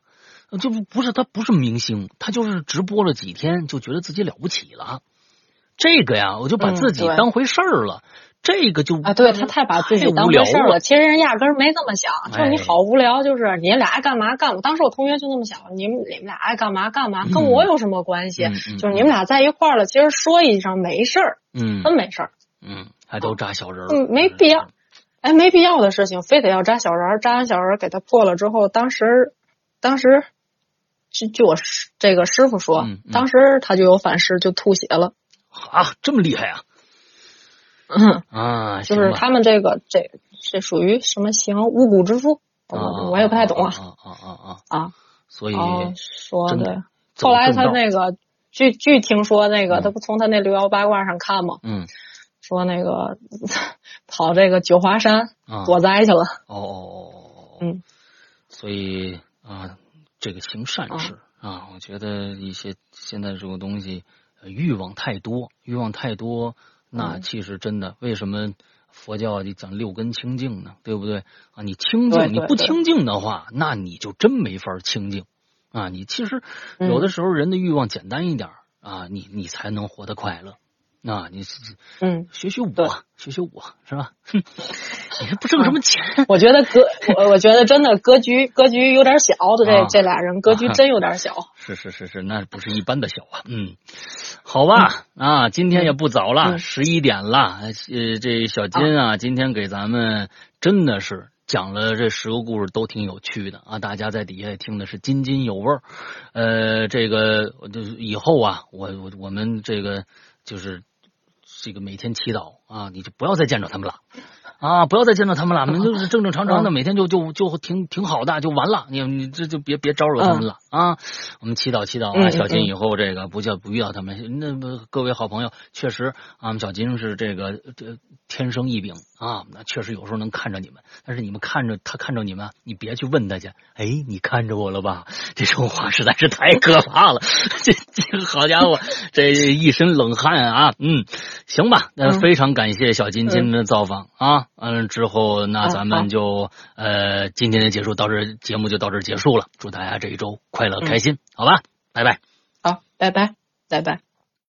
B: 呃就不不是他不是明星，他就是直播了几天就觉得自己了不起了，这个呀，我就把
C: 嗯
B: 自己
C: 对
B: 当回事儿了，这个就嗯
C: 啊，对他太把自己
B: 太
C: 当
B: 无
C: 回
B: 聊
C: 事儿
B: 了
C: 了。其实人压根儿没这么想，就是你
B: 哎
C: 好无聊，就是你俩爱干嘛干嘛。当时我同学就那么想，你们你们俩爱干嘛干嘛，跟我有什么关系？
B: 嗯嗯
C: 就是你们俩在一块儿了，其实说一声没事儿，
B: 嗯
C: 真没事儿。
B: 嗯，还都扎小人儿，
C: 嗯没必要哎，没必要的事情，非得要扎小人儿，扎完小人儿给他破了之后，当时，当时，据据我师这个师傅说，
B: 嗯嗯
C: 当时他就有反噬，就吐血了。
B: 啊，这么厉害啊
C: 嗯，
B: 啊，
C: 就
B: 行
C: 是
B: 吧
C: 他们这个这这属于什么行巫蛊之术，我、
B: 啊
C: 我也不太懂
B: 啊
C: 啊
B: 啊啊啊啊，
C: 啊。
B: 所以
C: 然后说
B: 真的
C: 的，
B: 走
C: 后来
B: 正
C: 他
B: 道
C: 那个据据听说那个，
B: 嗯
C: 他不从他那六爻八卦上看吗？
B: 嗯
C: 说那个 跑这个九华山
B: 啊，
C: 躲 灾去了。
B: 哦哦哦哦，哦
C: 嗯，
B: 所以啊，这个行善事
C: 哦
B: 啊，我觉得一些现在这个东西呃欲望太多，欲望太多，那
C: 嗯
B: 其实真的为什么？佛教你讲六根清净呢，对不对啊？你清净，
C: 对
B: 你
C: 对
B: 不
C: 对
B: 清净的话，那你就真没法清净啊！你其实有
C: 嗯
B: 的时候人的欲望简单一点儿、啊，你你才能活得快乐。啊，你
C: 嗯，
B: 学学
C: 对
B: 我，学学我是吧？哼，你这不挣什么钱，
C: 我觉 得格，我我觉得真的格局格局有点小的这、
B: 啊
C: 这俩人格局真有点小。
B: 是是是是，那不是一般的小啊。嗯，好吧，啊，今天也不早了，
C: 嗯
B: 十一点了。呃，这小金啊，今天给咱们真的是讲了这十个故事，都挺有趣的啊。大家在底下也听的是津津有味儿。呃，这个我就是以后啊，我我我们这个就是这个每天祈祷啊，你就不要再见着他们了。啊，不要再见到他们了，你就是正正常常的，每天就就就挺挺好的，就完了。你你这就别别招惹他们了、啊！我们祈祷祈祷啊，
C: 嗯嗯
B: 小金
C: 嗯
B: 以后这个不叫不遇到他们。那么各位好朋友，确实啊，我们小金是这个这天生异禀啊，那确实有时候能看着你们，但是你们看着他看着你们，你别去问他去，哎，你看着我了吧？这说话实在是太可怕了。 这这好家伙，这一身冷汗啊！嗯，行吧，那
C: 嗯
B: 非常感谢小金今
C: 嗯
B: 天的造访啊。嗯，之后那
C: 好
B: 咱
C: 哦好
B: 们就呃今天的结束到这儿，节目就到这儿结束了。祝大家这一周快乐
C: 嗯
B: 开心，好吧？拜拜。
C: 好，拜拜，拜拜。